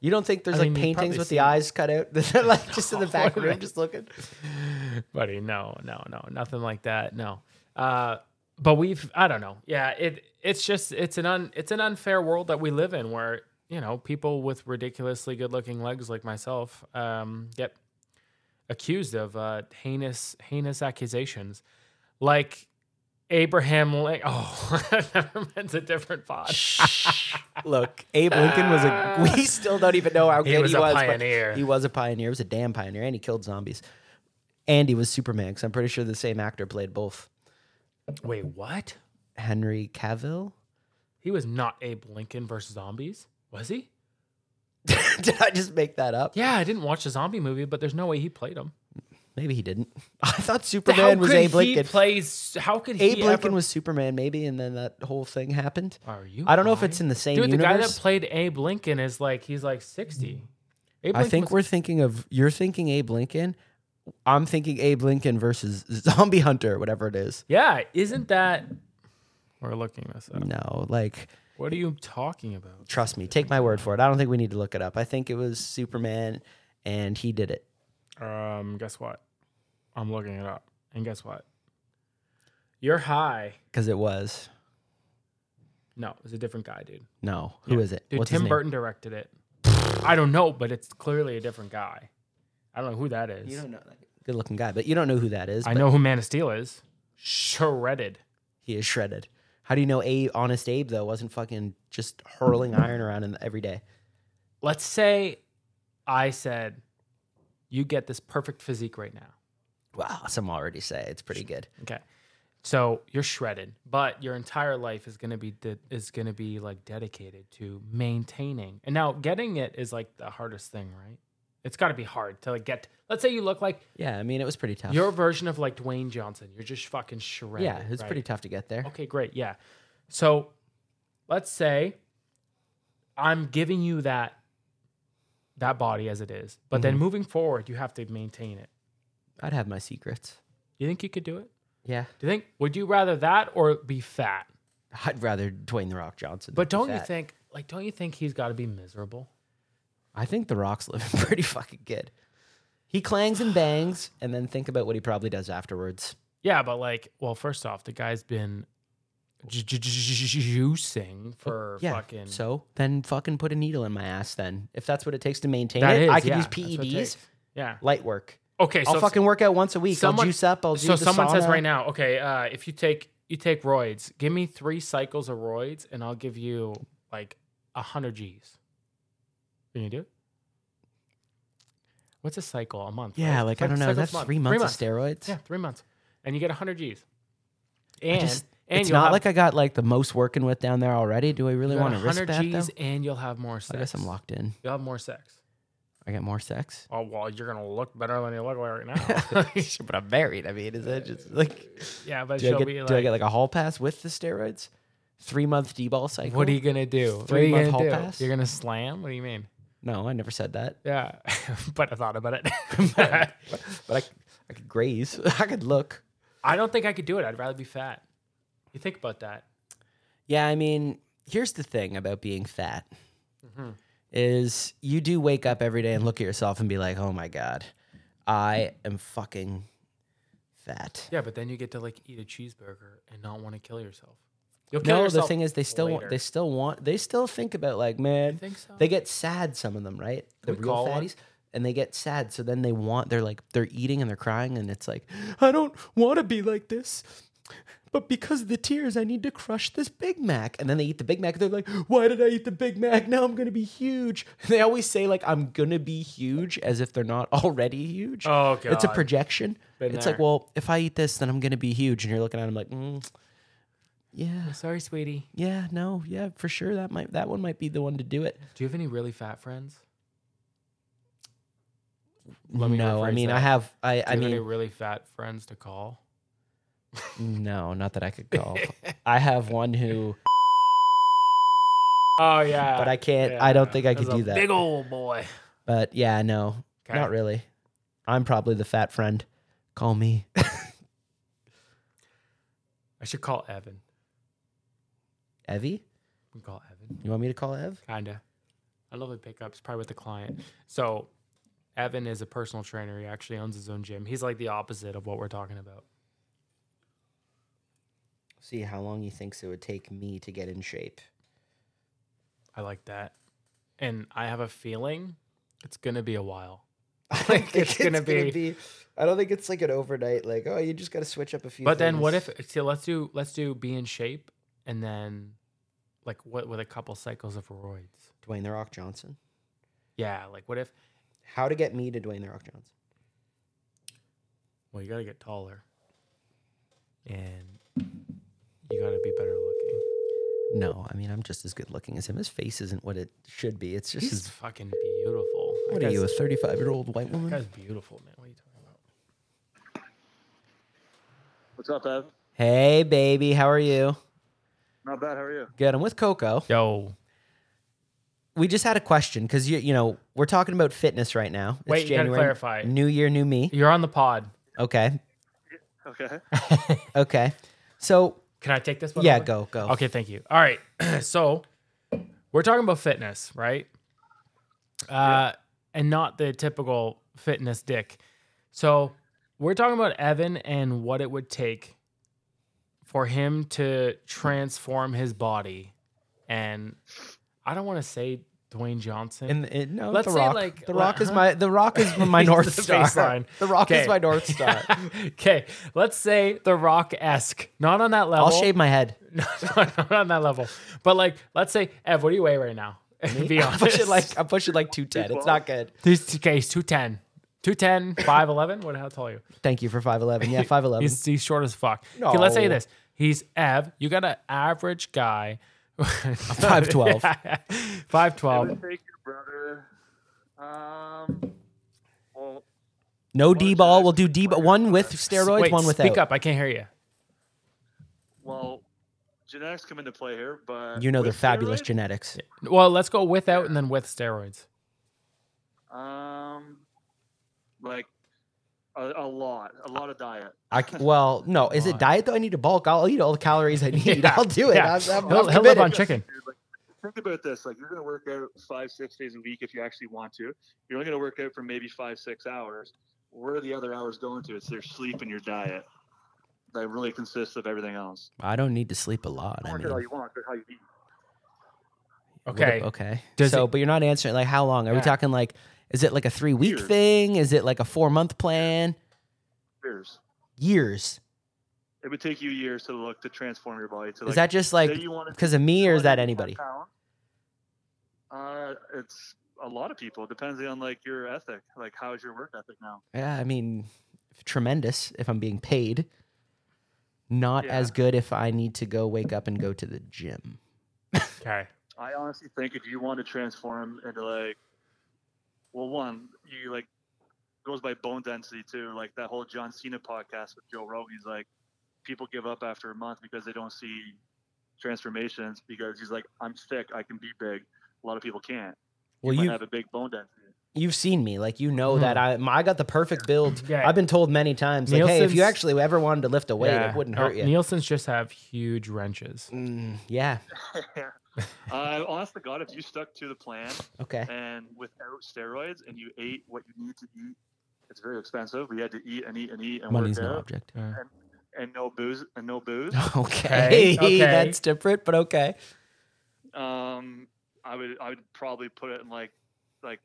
B: You don't think there's
A: I
B: like
A: mean, you've
B: paintings
A: probably
B: with the
A: seen-
B: eyes cut out, (laughs) like just
A: (laughs)
B: in the back room, just looking.
A: buddy. No, no, no, nothing like that. No. Uh, but we've I don't know. Yeah, it it's just it's an un it's an unfair world that we live in where you know people with ridiculously good looking legs like myself um, get accused of uh, heinous heinous accusations like Abraham Lincoln. (laughs) Oh, never meant a different pod.
B: Shh. Look, Abe Lincoln
A: (laughs)
B: was a. (laughs) We still don't even know how
A: He
B: good
A: was
B: he
A: a
B: was. but
A: pioneer.
B: He was a pioneer. He was a damn pioneer, and he killed zombies. And he was Superman, because I'm pretty sure the same actor played both.
A: Wait, what?
B: Henry Cavill. (laughs)
A: He was not Abe Lincoln versus zombies, was he?
B: Did I just make that up?
A: Yeah, I didn't watch the zombie movie, but there's no way he played him.
B: Maybe he didn't. (laughs) I thought Superman was
A: could
B: Abe Lincoln.
A: He plays, how could he
B: Abe Lincoln
A: ever-
B: was Superman, maybe, and then that whole thing happened.
A: Are you?
B: I don't know if
A: high?
B: it's in the same
A: Dude, the guy that
B: universe.
A: played Abe Lincoln is like he's like sixty. Abe
B: I
A: Lincoln
B: think
A: was-
B: we're thinking of you're thinking Abe Lincoln. I'm thinking Abe Lincoln versus (laughs) Zombie Hunter, whatever it is.
A: Yeah, isn't that? We're looking this up.
B: No, like
A: What are you talking about?
B: trust me, take my word for it. I don't think we need to look it up. I think it was Superman, and he did it.
A: Um, guess what? I'm looking it up, and guess what? You're high.
B: Because it was
A: No, it was a different guy, dude.
B: no. Who
A: Yeah.
B: is it?
A: Dude,
B: What's his
A: Tim
B: name?
A: Burton directed it. I don't know, but it's clearly a different guy. I don't know who that is.
B: You don't know that good looking guy, but you don't know who that is.
A: I
B: but
A: know who Man of Steel is. Shredded.
B: he is shredded. How do you know Abe, Honest Abe though wasn't fucking just hurling iron around in the, every day?
A: let's say I said, you get this perfect physique right now.
B: Wow, some already say it's pretty good.
A: Okay. So you're shredded, but your entire life is gonna be de- is gonna be like dedicated to maintaining. And now getting it is like the hardest thing, right? It's got to be hard to like get. Let's say you look like
B: Yeah, I mean it was pretty tough.
A: your version of like Dwayne Johnson. You're just fucking shredded.
B: yeah, it's
A: right?
B: pretty tough to get there.
A: Okay, great. Yeah. So let's say I'm giving you that that body as it is, but then
B: Mhm.
A: moving forward, you have to maintain it.
B: I'd have my secrets.
A: You think you could do it?
B: Yeah.
A: Do you think would you rather that or be fat?
B: I'd rather Dwayne the Rock Johnson.
A: But
B: than be
A: don't you
B: fat.
A: think like don't you think he's got to be miserable?
B: I think the Rock's living (laughs) pretty fucking good. He clangs and bangs, and then think about what he probably does afterwards.
A: Yeah, but like, well, first off, the guy's been ju- ju- ju- ju- juicing for
B: yeah.
A: fucking.
B: So then fucking put a needle in my ass then. If that's what it takes to maintain
A: that
B: it,
A: is,
B: I could
A: yeah,
B: use
A: that's what it
B: PEDs.
A: takes. Yeah.
B: Light work.
A: Okay. So
B: I'll
A: if-
B: fucking work out once a week.
A: someone-
B: I'll juice up. I'll do
A: so
B: the
A: someone says
B: sauna.
A: right now, okay, uh, if you take you take roids, give me three cycles of roids, and I'll give you like a hundred G's. Can you do it? What's a cycle? A month?
B: Yeah,
A: right?
B: like
A: Cy-
B: I don't know.
A: cycle's a
B: That's
A: month.
B: three months, of steroids.
A: Yeah, three months, and you get hundred G's.
B: I
A: And
B: just-
A: and
B: it's
A: you'll
B: not
A: have,
B: like I got like the most working with down there already. Do I really
A: you got
B: want to risk
A: 100
B: that though?
A: G's, and you'll have more sex.
B: I guess I'm locked in.
A: You'll have more sex.
B: I got
A: (laughs)
B: more sex.
A: Oh well, you're gonna look better than you look right (laughs) now.
B: (laughs) but I'm married. I mean, is that just like?
A: yeah, but
B: Do I,
A: she'll
B: get,
A: be like,
B: do I get like a hall pass with the steroids? Three month D ball cycle.
A: "What are you gonna do? What are
B: Three
A: you
B: month
A: gonna
B: hall
A: do?
B: pass?
A: You're gonna slam? What do you mean?"
B: No, I never said that.
A: Yeah, (laughs) but I thought (laughs) about
B: but
A: it.
B: I, I could graze. (laughs) I could look.
A: I don't think I could do it. I'd rather be fat. You think about that.
B: Yeah, I mean, here's the thing about being fat
A: Mhm.
B: is you do wake up every day and look at yourself and be like, "Oh my god, I am fucking fat."
A: Yeah, but then you get to like eat a cheeseburger and not want to kill yourself. You'll kill
B: No, the
A: yourself
B: thing is, they still want,
A: later.
B: they still want, they still think about like,
A: You
B: man,
A: think so?
B: they get sad. Some of them, right? The
A: we
B: real
A: call one?
B: fatties, and they get sad. So then they want, they're like, they're eating and they're crying, and it's like, I don't want to be like this, but because of the tears, I need to crush this Big Mac. And then they eat the Big Mac. and They're like, Why did I eat the Big Mac? Now I'm gonna be huge. they always say like, I'm gonna be huge, as if they're not already huge.
A: oh god,
B: It's a projection.
A: Been
B: it's like,
A: there.
B: well, if I eat this, then I'm gonna be huge. And you're looking at him like, mm, yeah,
A: Sorry, sweetie.
B: yeah, no, yeah, for sure. That might that one might be the one to do it.
A: Do you have any really fat friends? Let me
B: no, I
A: rephrase
B: mean, I
A: that.
B: have,
A: Do
B: I, I
A: you have any
B: mean,
A: really fat friends to call?
B: (laughs) no, not that I
A: (laughs)
B: could call. I have one who,
A: Oh yeah,
B: but I can't. I don't think I
A: That's
B: could
A: a
B: do that.
A: Big old boy.
B: but yeah, no,
A: Okay.
B: not really. I'm probably the fat friend. Call
A: (laughs)
B: me.
A: I should call Evan.
B: Evie?
A: We can call Evan.
B: You want me to call Ev?
A: Kinda. I love the pickups, probably with the client. So Evan is a personal trainer. He actually owns his own gym. He's like the opposite of what we're talking about.
B: See how long he thinks it would take me to get in shape.
A: I like that. And I have a feeling it's gonna be a while.
B: (laughs) I
A: don't think (laughs) it's gonna be-
B: I don't think it's like an overnight, like, oh, you just got to switch up a few
A: But then what
B: things.
A: if see let's do let's do be in shape and then like what with a couple cycles of roids.
B: Dwayne The Rock Johnson?
A: Yeah, like what if
B: How to get me to Dwayne The Rock Johnson?
A: well you gotta get taller. And you gotta be better looking.
B: No, I mean I'm just as good looking as him. His face isn't what it should be. It's just
A: He's
B: his,
A: fucking beautiful. That
B: what are
A: guy's-
B: you, a 35 year old white
A: That
B: woman?
A: guy's beautiful, man. What are you talking about?
H: What's up, Ev?
B: Hey baby, how are you?
H: Not bad. How are you?
B: Good. I'm with Coco.
A: Yo,
B: We just had a question because you you know we're talking about fitness right now. It's
A: Wait, you gotta clarify.
B: New year, new me.
A: You're on the pod.
B: Okay,
H: Okay.
B: okay. So
A: Can I take this one?
B: yeah,
A: over?
B: go go.
A: Okay, thank you. All right. (clears throat) so we're talking about fitness, right? Uh, and not the typical fitness dick. So we're talking about Evan and what it would take for him to transform his body. And I don't want to say Dwayne Johnson.
B: And, and no,
A: Let's
B: the
A: say,
B: rock.
A: like,
B: the rock is
A: uh-huh.
B: my the
A: (laughs)
B: rock is my north
A: He's the
B: star.
A: baseline.
B: The rock
A: Okay.
B: is my
A: (laughs)
B: north star.
A: okay, let's say The Rock esque. Not on that level.
B: I'll shave my head.
A: No, not on that level. But like, let's say, Ev, what do you weigh right now? (laughs) (laughs)
B: (laughs)
A: Be
B: I'm
A: honest.
B: pushing like I'm
A: (laughs)
B: pushing like two ten. It's not good.
A: He's, okay, he's 210. 210, 5'11. What, how tall are you?
B: Thank you for five
A: (laughs)
B: eleven. Yeah, five eleven.
A: He's, he's short as fuck. Okay, let's say
B: No.
A: this. He's Ev. You got an average guy. (laughs)
B: 5'12.
A: Yeah.
H: I
A: 5'12.
H: would take your brother. Um. Well,
B: No D ball. We'll do D ball. One with steroids,
A: Wait,
B: one without.
A: Speak up. I can't hear you.
H: well, genetics come into play here, but
B: You know
H: with
B: they're fabulous
H: steroids,
B: genetics.
A: Well, let's go without and then with steroids.
H: Um, like a, a lot, a lot of diet.
B: I c well, no, is it
A: Why?
B: diet though? I need to bulk. I'll eat all the
A: (laughs)
B: calories I need.
A: Yeah,
B: I'll do it.
A: yeah.
B: I'm, I'm,
A: He'll-
B: I'm
A: he'll live
B: committed.
A: on chicken.
H: Dude, like, think about this: like you're gonna work out five, six days a week if you actually want to. You're only gonna work out for maybe five, six hours. Where are the other hours going to? It's their sleep and your diet. that really consists of everything else.
B: I don't need to sleep a lot.
H: I
B: I
H: want
B: mean,
H: to all you want, but how you eat.
B: what
A: Okay.
B: ab- okay.
A: Does
B: so,
A: it-
B: but you're not answering. Like, how long are we
A: Yeah.
B: talking? Like, is it like a three week
H: Years.
B: thing? Is it like a four month plan?
H: Years.
B: Years.
H: It would take you years to look to transform your body to like.
B: is that just
H: say
B: like
H: you wanted to
B: because of me, or is that
H: 210
B: anybody?
H: pound. Uh, it's a lot of people. It depends on like your ethic. Like, how's your work ethic now?
B: Yeah, I mean, tremendous if I'm being paid. Not
H: Yeah.
B: as good if I need to go wake up and go to the gym.
A: Okay.
H: I honestly think if you want to transform into like, well, one, you like goes by bone density too. Like that whole John Cena podcast with Joe Rogan, he's like, people give up after a month because they don't see transformations because he's like, I'm thick, I can be big. A lot of people can't.
B: Well,
H: you might
B: you
H: have a big bone density.
B: (laughs)
H: (laughs)
B: you've seen me, like you
A: Hmm.
B: know that I my- I got the perfect build.
A: Yeah.
B: I've been told many times, like, hey, if you
A: Nielsen's-
B: actually ever wanted to lift a weight,
A: Yeah.
B: it wouldn't
A: No,
B: hurt you.
A: Nielsen's just have huge wrenches.
B: Mm, yeah.
H: uh, honest to God, if you stuck to the plan
B: Okay.
H: and without steroids and you ate what you need to eat, it's very expensive. We had to eat and eat and eat and
B: Money's
H: work
B: no (laughs)
H: out
B: object.
H: and no booze and
B: (laughs)
H: no booze.
B: Okay.
A: okay.
B: That's different, but okay.
H: Um, I would I would probably put it in like like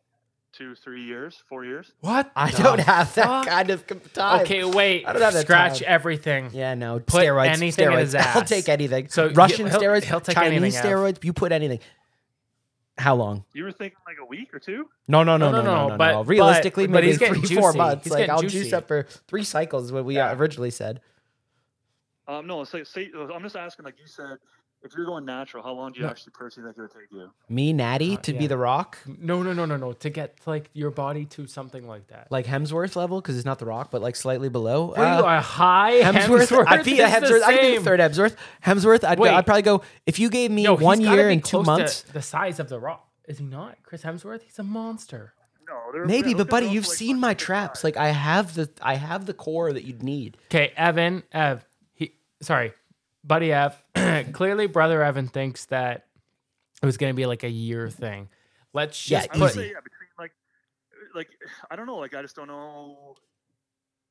H: two, three years, four years.
A: What?
B: I
A: the
B: don't have that
A: fuck?
B: kind of com- time.
A: Okay, wait.
B: I don't have that
A: Scratch
B: time.
A: everything.
B: Yeah, no.
A: Put
B: steroids.
A: anything in
B: steroids. (laughs)
A: his
B: I'll
A: ass.
B: take anything.
A: So,
B: So
A: yeah,
B: Russian
A: he'll-
B: steroids,
A: he'll take
B: Chinese
A: anything, F.
B: steroids, you put anything. How long?
H: You were thinking like a week or two.
B: No, no, no,
A: No,
B: no,
A: no,
B: no,
A: no,
B: no.
A: but-
B: no.
A: but-
B: Realistically,
A: but
B: maybe
A: he's
B: three,
A: getting
B: four
A: juicy.
B: months.
A: He's
B: like
A: getting
B: I'll juice
A: juicy.
B: up for three cycles. What we uh, originally said.
H: Um, no, so say I'm just asking. Like you said, if you're going natural, how long do you
A: No.
H: actually personally think it would take you?
B: Me, Natty,
A: Uh,
B: to be
A: yeah.
B: the Rock,
A: No, no, no, no, no. To get like your body to something like that.
B: like Hemsworth level, because it's not the Rock, but like slightly below.
A: What are you,
B: Uh,
A: a high
B: Hemsworth,
A: Hemsworth?
B: I'd be a
A: It's the
B: Hemsworth. I'd be the
A: same.
B: third Hemsworth. Hemsworth, I'd, go,
A: Wait.
B: I'd probably go. If you gave me
A: Yo, he's
B: one
A: gotta
B: year
A: be
B: and two
A: close to
B: months,
A: the size of the rock. Is he not? Chris Hemsworth? He's a monster.
H: No, they're-
B: maybe.
H: they're
B: But
H: looking
B: buddy,
H: for,
B: you've
H: like,
B: seen my
H: fucking
B: traps.
H: size.
B: Like I have the, I have the core that you'd need.
A: Okay, Evan, Ev, he sorry, buddy Ev. (clears throat) clearly, brother Evan thinks that it was gonna be like a year thing. Let's
B: Yeah,
A: just
H: I would
A: put
H: say
B: easy.
H: yeah, between like like I don't know. Like I just don't know.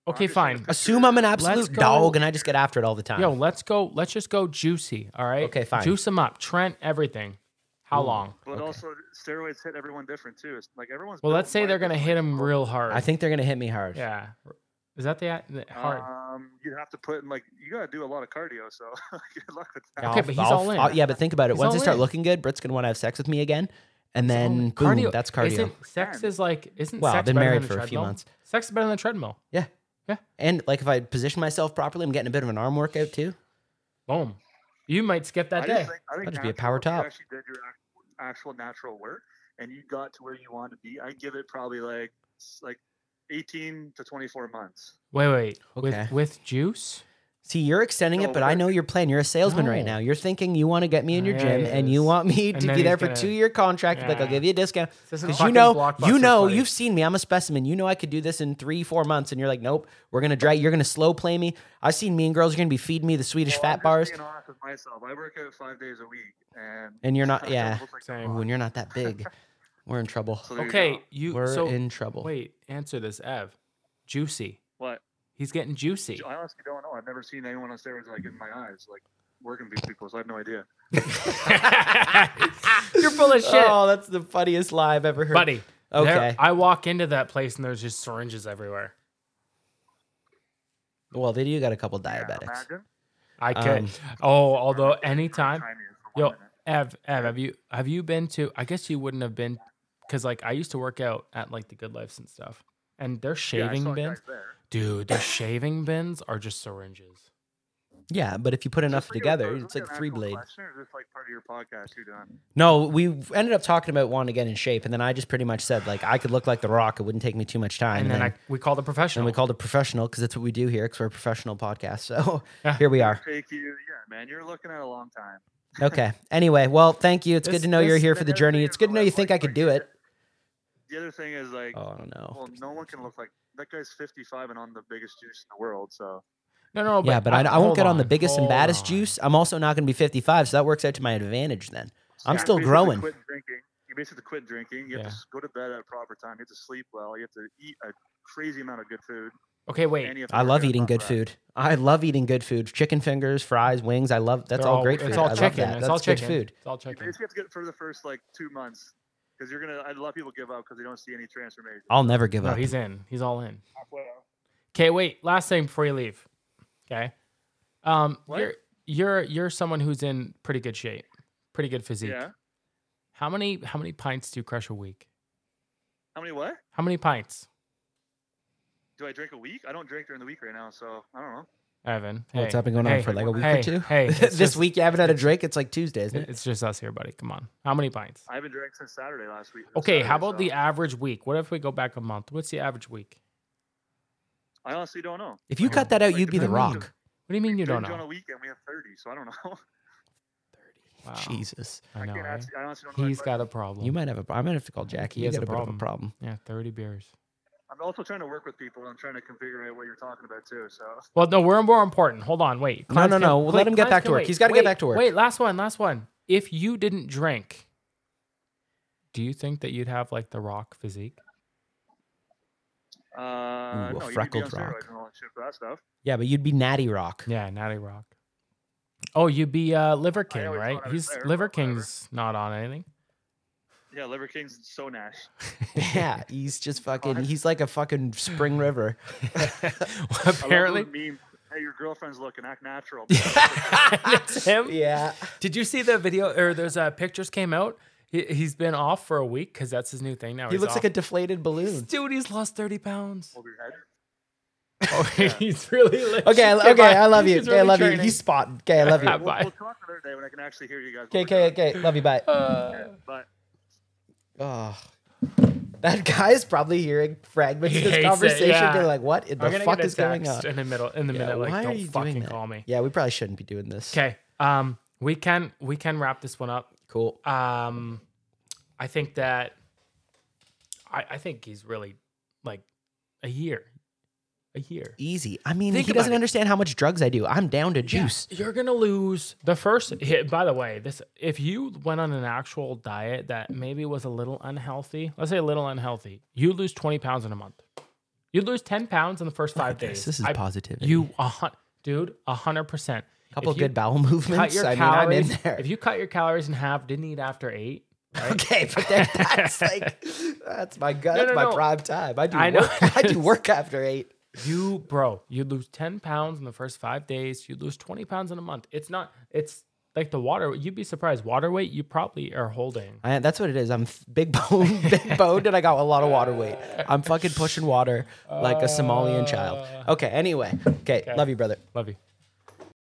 A: okay,
H: I'm just trying to
A: fine.
H: picture-
B: Assume I'm an
A: Let's
B: absolute
A: go-
B: dog, and I just get after it all the time.
A: Yo, let's go. Let's just go juicy. All right.
B: Okay, fine.
A: Juice him up. Trent, everything. How
B: Ooh.
A: long?
H: But
B: Okay.
H: also, steroids hit everyone different too. It's like everyone's.
A: Well,
H: built
A: let's say they're
H: like
A: gonna
H: this,
A: hit
H: like,
A: him real hard.
B: I think they're gonna hit me hard.
A: Yeah. Is that the, the hard?
H: Um, you have to put in like you gotta do a lot of cardio. So (laughs) good luck with that.
A: Yeah, Okay, but he's all in.
B: I'll- yeah, but think about it.
A: He's
B: Once I
A: all
B: start
A: in.
B: looking good, Britt's gonna want to have sex with me again, and
A: It's all
B: then
A: in-
B: boom, that's cardio.
A: Isn't sex is like isn't
B: Well,
A: sex
B: I've been
A: better
B: married
A: than
B: for a few
A: treadmill?
B: months.
A: Sex is better than a treadmill.
B: And like if I position myself properly, I'm getting a bit of an arm workout too.
A: Boom. You might skip that
H: I
A: day.
H: just think, I think
B: That'd just be a
H: natural,
B: power
H: if
B: top.
H: You actually did your act- actual natural work, and you got to where you wanted to be. I give it probably like s- like eighteen to twenty four months.
A: Wait, wait.
B: Okay.
A: With with juice?
B: See, you're extending it,
H: No,
B: but I
H: but-
B: know your plan. You're a salesman right
A: No.
B: now. You're thinking you want to get me in your
A: Yeah,
B: gym,
A: yeah,
B: and you
A: yes.
B: want me
A: And
B: to
A: then
B: be there
A: he's
B: for
A: gonna-
B: two year contract. Like I'll
A: Yeah.
B: give you a discount
A: This is
B: because you
A: fucking
B: know,
A: Blockbuster
B: you know,
A: footage.
B: you've seen me. I'm a specimen. You know, I could do this in three, four months, and you're like, nope, we're gonna dry. You're gonna slow play me. I've seen Mean Girls. You're gonna be feeding me the Swedish
H: Well,
B: fat
H: I'm just
B: bars,
H: Being honest with myself, I work out five days a week, and
B: and you're
H: I
B: not.
H: don't
B: Yeah,
H: look like
A: Same.
H: I'm
B: Ooh, and you're not that big.
A: (laughs)
B: We're in trouble.
H: So there you
A: Okay,
H: go.
A: you
B: We're
A: so
B: in trouble.
A: wait, answer this, Ev. Juicy.
H: What?
A: He's getting (laughs) juicy.
H: I honestly don't know. I've never seen anyone on steroids like in my eyes, like working with people. So I have no idea.
A: You're full of shit.
B: (laughs) Oh, that's the funniest lie I've ever heard.
A: Buddy. there-
B: Okay.
A: I walk into that place and there's just syringes everywhere.
B: Well, they do got a couple
H: Yeah,
B: diabetics.
H: imagine.
A: I could
B: Um,
A: Oh, although anytime
H: Time is for one
A: Yo,
H: minute.
A: Ev, Ev, have you have you been to? I guess you wouldn't have been, because like I used to work out at like the Good Lives and stuff, and their
H: Yeah, I
A: shaving
H: saw
A: bins,
H: guys there.
A: dude, their shaving bins are just syringes.
B: Yeah, but if you put enough
H: Just think of
B: together,
H: those-
B: it's
H: was
B: like
H: that an
B: three
H: actual
B: blade.
H: question, or is this, like, part of your podcast you done?
B: No, we ended up talking about wanting to get in shape, and then I just pretty much said like I could look like the Rock. It wouldn't take me too much time.
A: And, then, I, we called the
B: and
A: professional. (laughs)
B: we called a professional because that's what we do here because we're a professional podcast. So
A: Yeah.
B: (laughs) here we are.
H: Take you, yeah, man. You're looking at a long time.
B: Okay. Anyway, well, thank you. It's
A: This-
B: good to know you're
A: this-
B: here for the
H: other
B: journey.
H: thing
B: It's
H: is,
B: good to know
H: like-
B: you think I
H: like-
B: could
H: like,
B: do it.
H: The other thing is like,
B: Oh no.
H: well, no one can look like that guy's 55 and on the biggest juice in the world. So
A: no, no,
B: Yeah, but I, I won't
A: hold
B: get on the biggest and
A: hold
B: baddest
A: on.
B: juice. I'm also not going to be 55, so that works out to my advantage then. I'm
H: Yeah,
B: still
H: basically
B: growing.
H: Quit drinking. You basically quit drinking. You have
A: Yeah.
H: to s- go to bed at a proper time. You have to sleep well. You have to eat a crazy amount of good food.
A: Okay, wait.
H: Any of
B: I
H: them
B: love
H: are
B: eating
H: above
B: good
H: that.
B: food. I love eating good food. Chicken fingers, fries, wings. I love that's
A: They're
B: all, great food.
A: It's
B: I
A: all
B: love
A: chicken.
B: that.
A: It's
B: That's
A: all
B: good
A: chicken.
B: food.
A: It's all
H: You
A: chicken.
H: just have to get for the first like two months because you're gonna. A lot of people give up because they don't see any transformation.
B: I'll never give
A: No,
B: up.
A: he's in. He's all in.
D: Halfway out.
A: Okay, wait. Last thing before you leave. Okay. Um,
H: What?
A: you're you're you're someone who's in pretty good shape, pretty good physique.
H: Yeah.
A: How many how many pints do you crush a week?
H: How many what?
A: How many pints,
H: Do I drink a week? I don't drink during the week right now, so I don't know.
A: Evan?
B: Well, it's
A: Hey,
B: not been going on
A: hey,
B: for like a week
A: hey,
B: or two.
A: Hey,
B: (laughs)
A: it's
B: this
A: just-
B: week you haven't had a drink. It's like Tuesday, isn't
A: it-
B: it?
A: It's just us here, buddy. Come on. How many pints?
H: I haven't drank since Saturday last week.
A: Okay, how
H: Saturday,
A: about the
H: so
A: average week? What if we go back a month? What's the average week?
H: I honestly don't know.
B: If you cut that out, you'd be the
A: Like,
B: Rock.
A: What do you mean you don't
H: Binge On a
A: know?
H: weekend, we have thirty, so I don't know. (laughs)
A: Wow.
B: Jesus,
A: I know.
H: can't
A: right?
H: ask- I honestly don't know. that
A: He's got
H: question.
A: a problem.
B: you might have a. I might have to call
A: He
B: Jackie. He has
A: has
B: got a,
A: a
B: bit of a problem.
A: yeah, 30 beers.
H: I'm also trying to work with people. and I'm trying to configure out what you're talking about too. So
A: Well, no, we're more important. Hold on, wait.
B: No,
A: Clients
B: no,
A: can-
B: no, we'll let
A: wait,
B: him get
A: clients
B: back to
A: can
B: work.
A: wait.
B: He's gotta get
A: Wait,
B: back to work.
A: Wait, last one, last one. If you didn't drink, do you think that you'd have like the rock physique?
H: uh,
B: Ooh, a
H: no, you need to be
B: freckled
H: on
B: rock.
H: steroids and all that shit for that stuff.
B: Yeah, but you'd be Natty Rock.
A: Yeah, Natty Rock. Oh, you'd be uh, Liver King,
H: always
A: right?
H: thought I was
A: He's
H: there, but
A: Liver
H: whatever.
A: King's not on (laughs) anything.
H: Yeah, Liver King's and so Nash.
B: (laughs) yeah, he's
A: (laughs)
B: just fucking. He's like a fucking Spring River.
A: Apparently,
H: I love those memes. Hey, your girlfriend's looking.
A: (laughs)
H: Act natural.
A: it's him.
B: Yeah.
A: Did you see the video or there's uh, pictures came out? He, he's been off for a week because that's his new thing now.
B: He looks like a
A: (laughs)
B: deflated balloon.
A: dude. He's lost thirty pounds.
H: Over your head.
A: (laughs) Oh, he's really lit.
B: Okay, okay,
A: bye.
B: I love you.
A: He's
B: Okay, I
A: really
B: love you.
A: training.
B: You spot. Okay, I love
A: (laughs)
B: you.
A: Bye.
H: We'll,
A: Bye.
H: we'll talk another day when I can actually hear you guys.
B: Okay, okay, okay. Love you. Bye.
A: Uh,
H: But
B: Oh. That guy's probably hearing fragments
A: He
B: of this
A: hates it,
B: conversation.
A: yeah.
B: being like, what in
A: I'm
B: the
A: gonna
B: fuck
A: get a
B: is going on?
A: text in the middle. In the
B: Yeah,
A: minute, like,
B: why are
A: don't
B: you doing
A: fucking
B: that?
A: call me.
B: Yeah, we probably shouldn't be doing this.
A: Okay. Um, we can we can wrap this one up.
B: Cool.
A: Um, I think that I I think he's really like a year, a year.
B: Easy. I mean,
A: Think
B: he
A: about
B: doesn't
A: it.
B: understand how much drugs I do. I'm down to
A: Yeah,
B: juice.
A: you're gonna lose the first. Hit, by the way, this if you went on an actual diet that maybe was a little unhealthy, let's say a little unhealthy, you lose twenty pounds in a month. You lose ten pounds in the first five days.
B: This, this is
A: I-
B: positivity.
A: You, a hun- dude, a hundred percent.
B: a couple
A: if you
B: good bowel (laughs)
A: Cut
B: movements.
A: your
B: I mean, I'm
A: calories.
B: in there.
A: If you cut your calories in half, didn't eat after eight.
B: (laughs) okay,
A: (laughs)
B: but that, that's like that's my gut.
A: No,
B: that's
A: no,
B: my
A: no.
B: prime time. I do
A: I know.
B: work. (laughs)
A: (laughs)
B: I do work after eight.
A: You, bro, you lose 10 pounds in the first five days. You lose 20 pounds in a month. It's not, it's like the water. You'd be surprised. Water weight, you probably are holding.
B: I, that's what it is. I'm f- big bone, (laughs) big boned, and I got a lot of water weight.
A: Uh.
B: I'm fucking pushing water like a Somalian child. Okay. Anyway. Okay. Love you, brother.
A: Love you.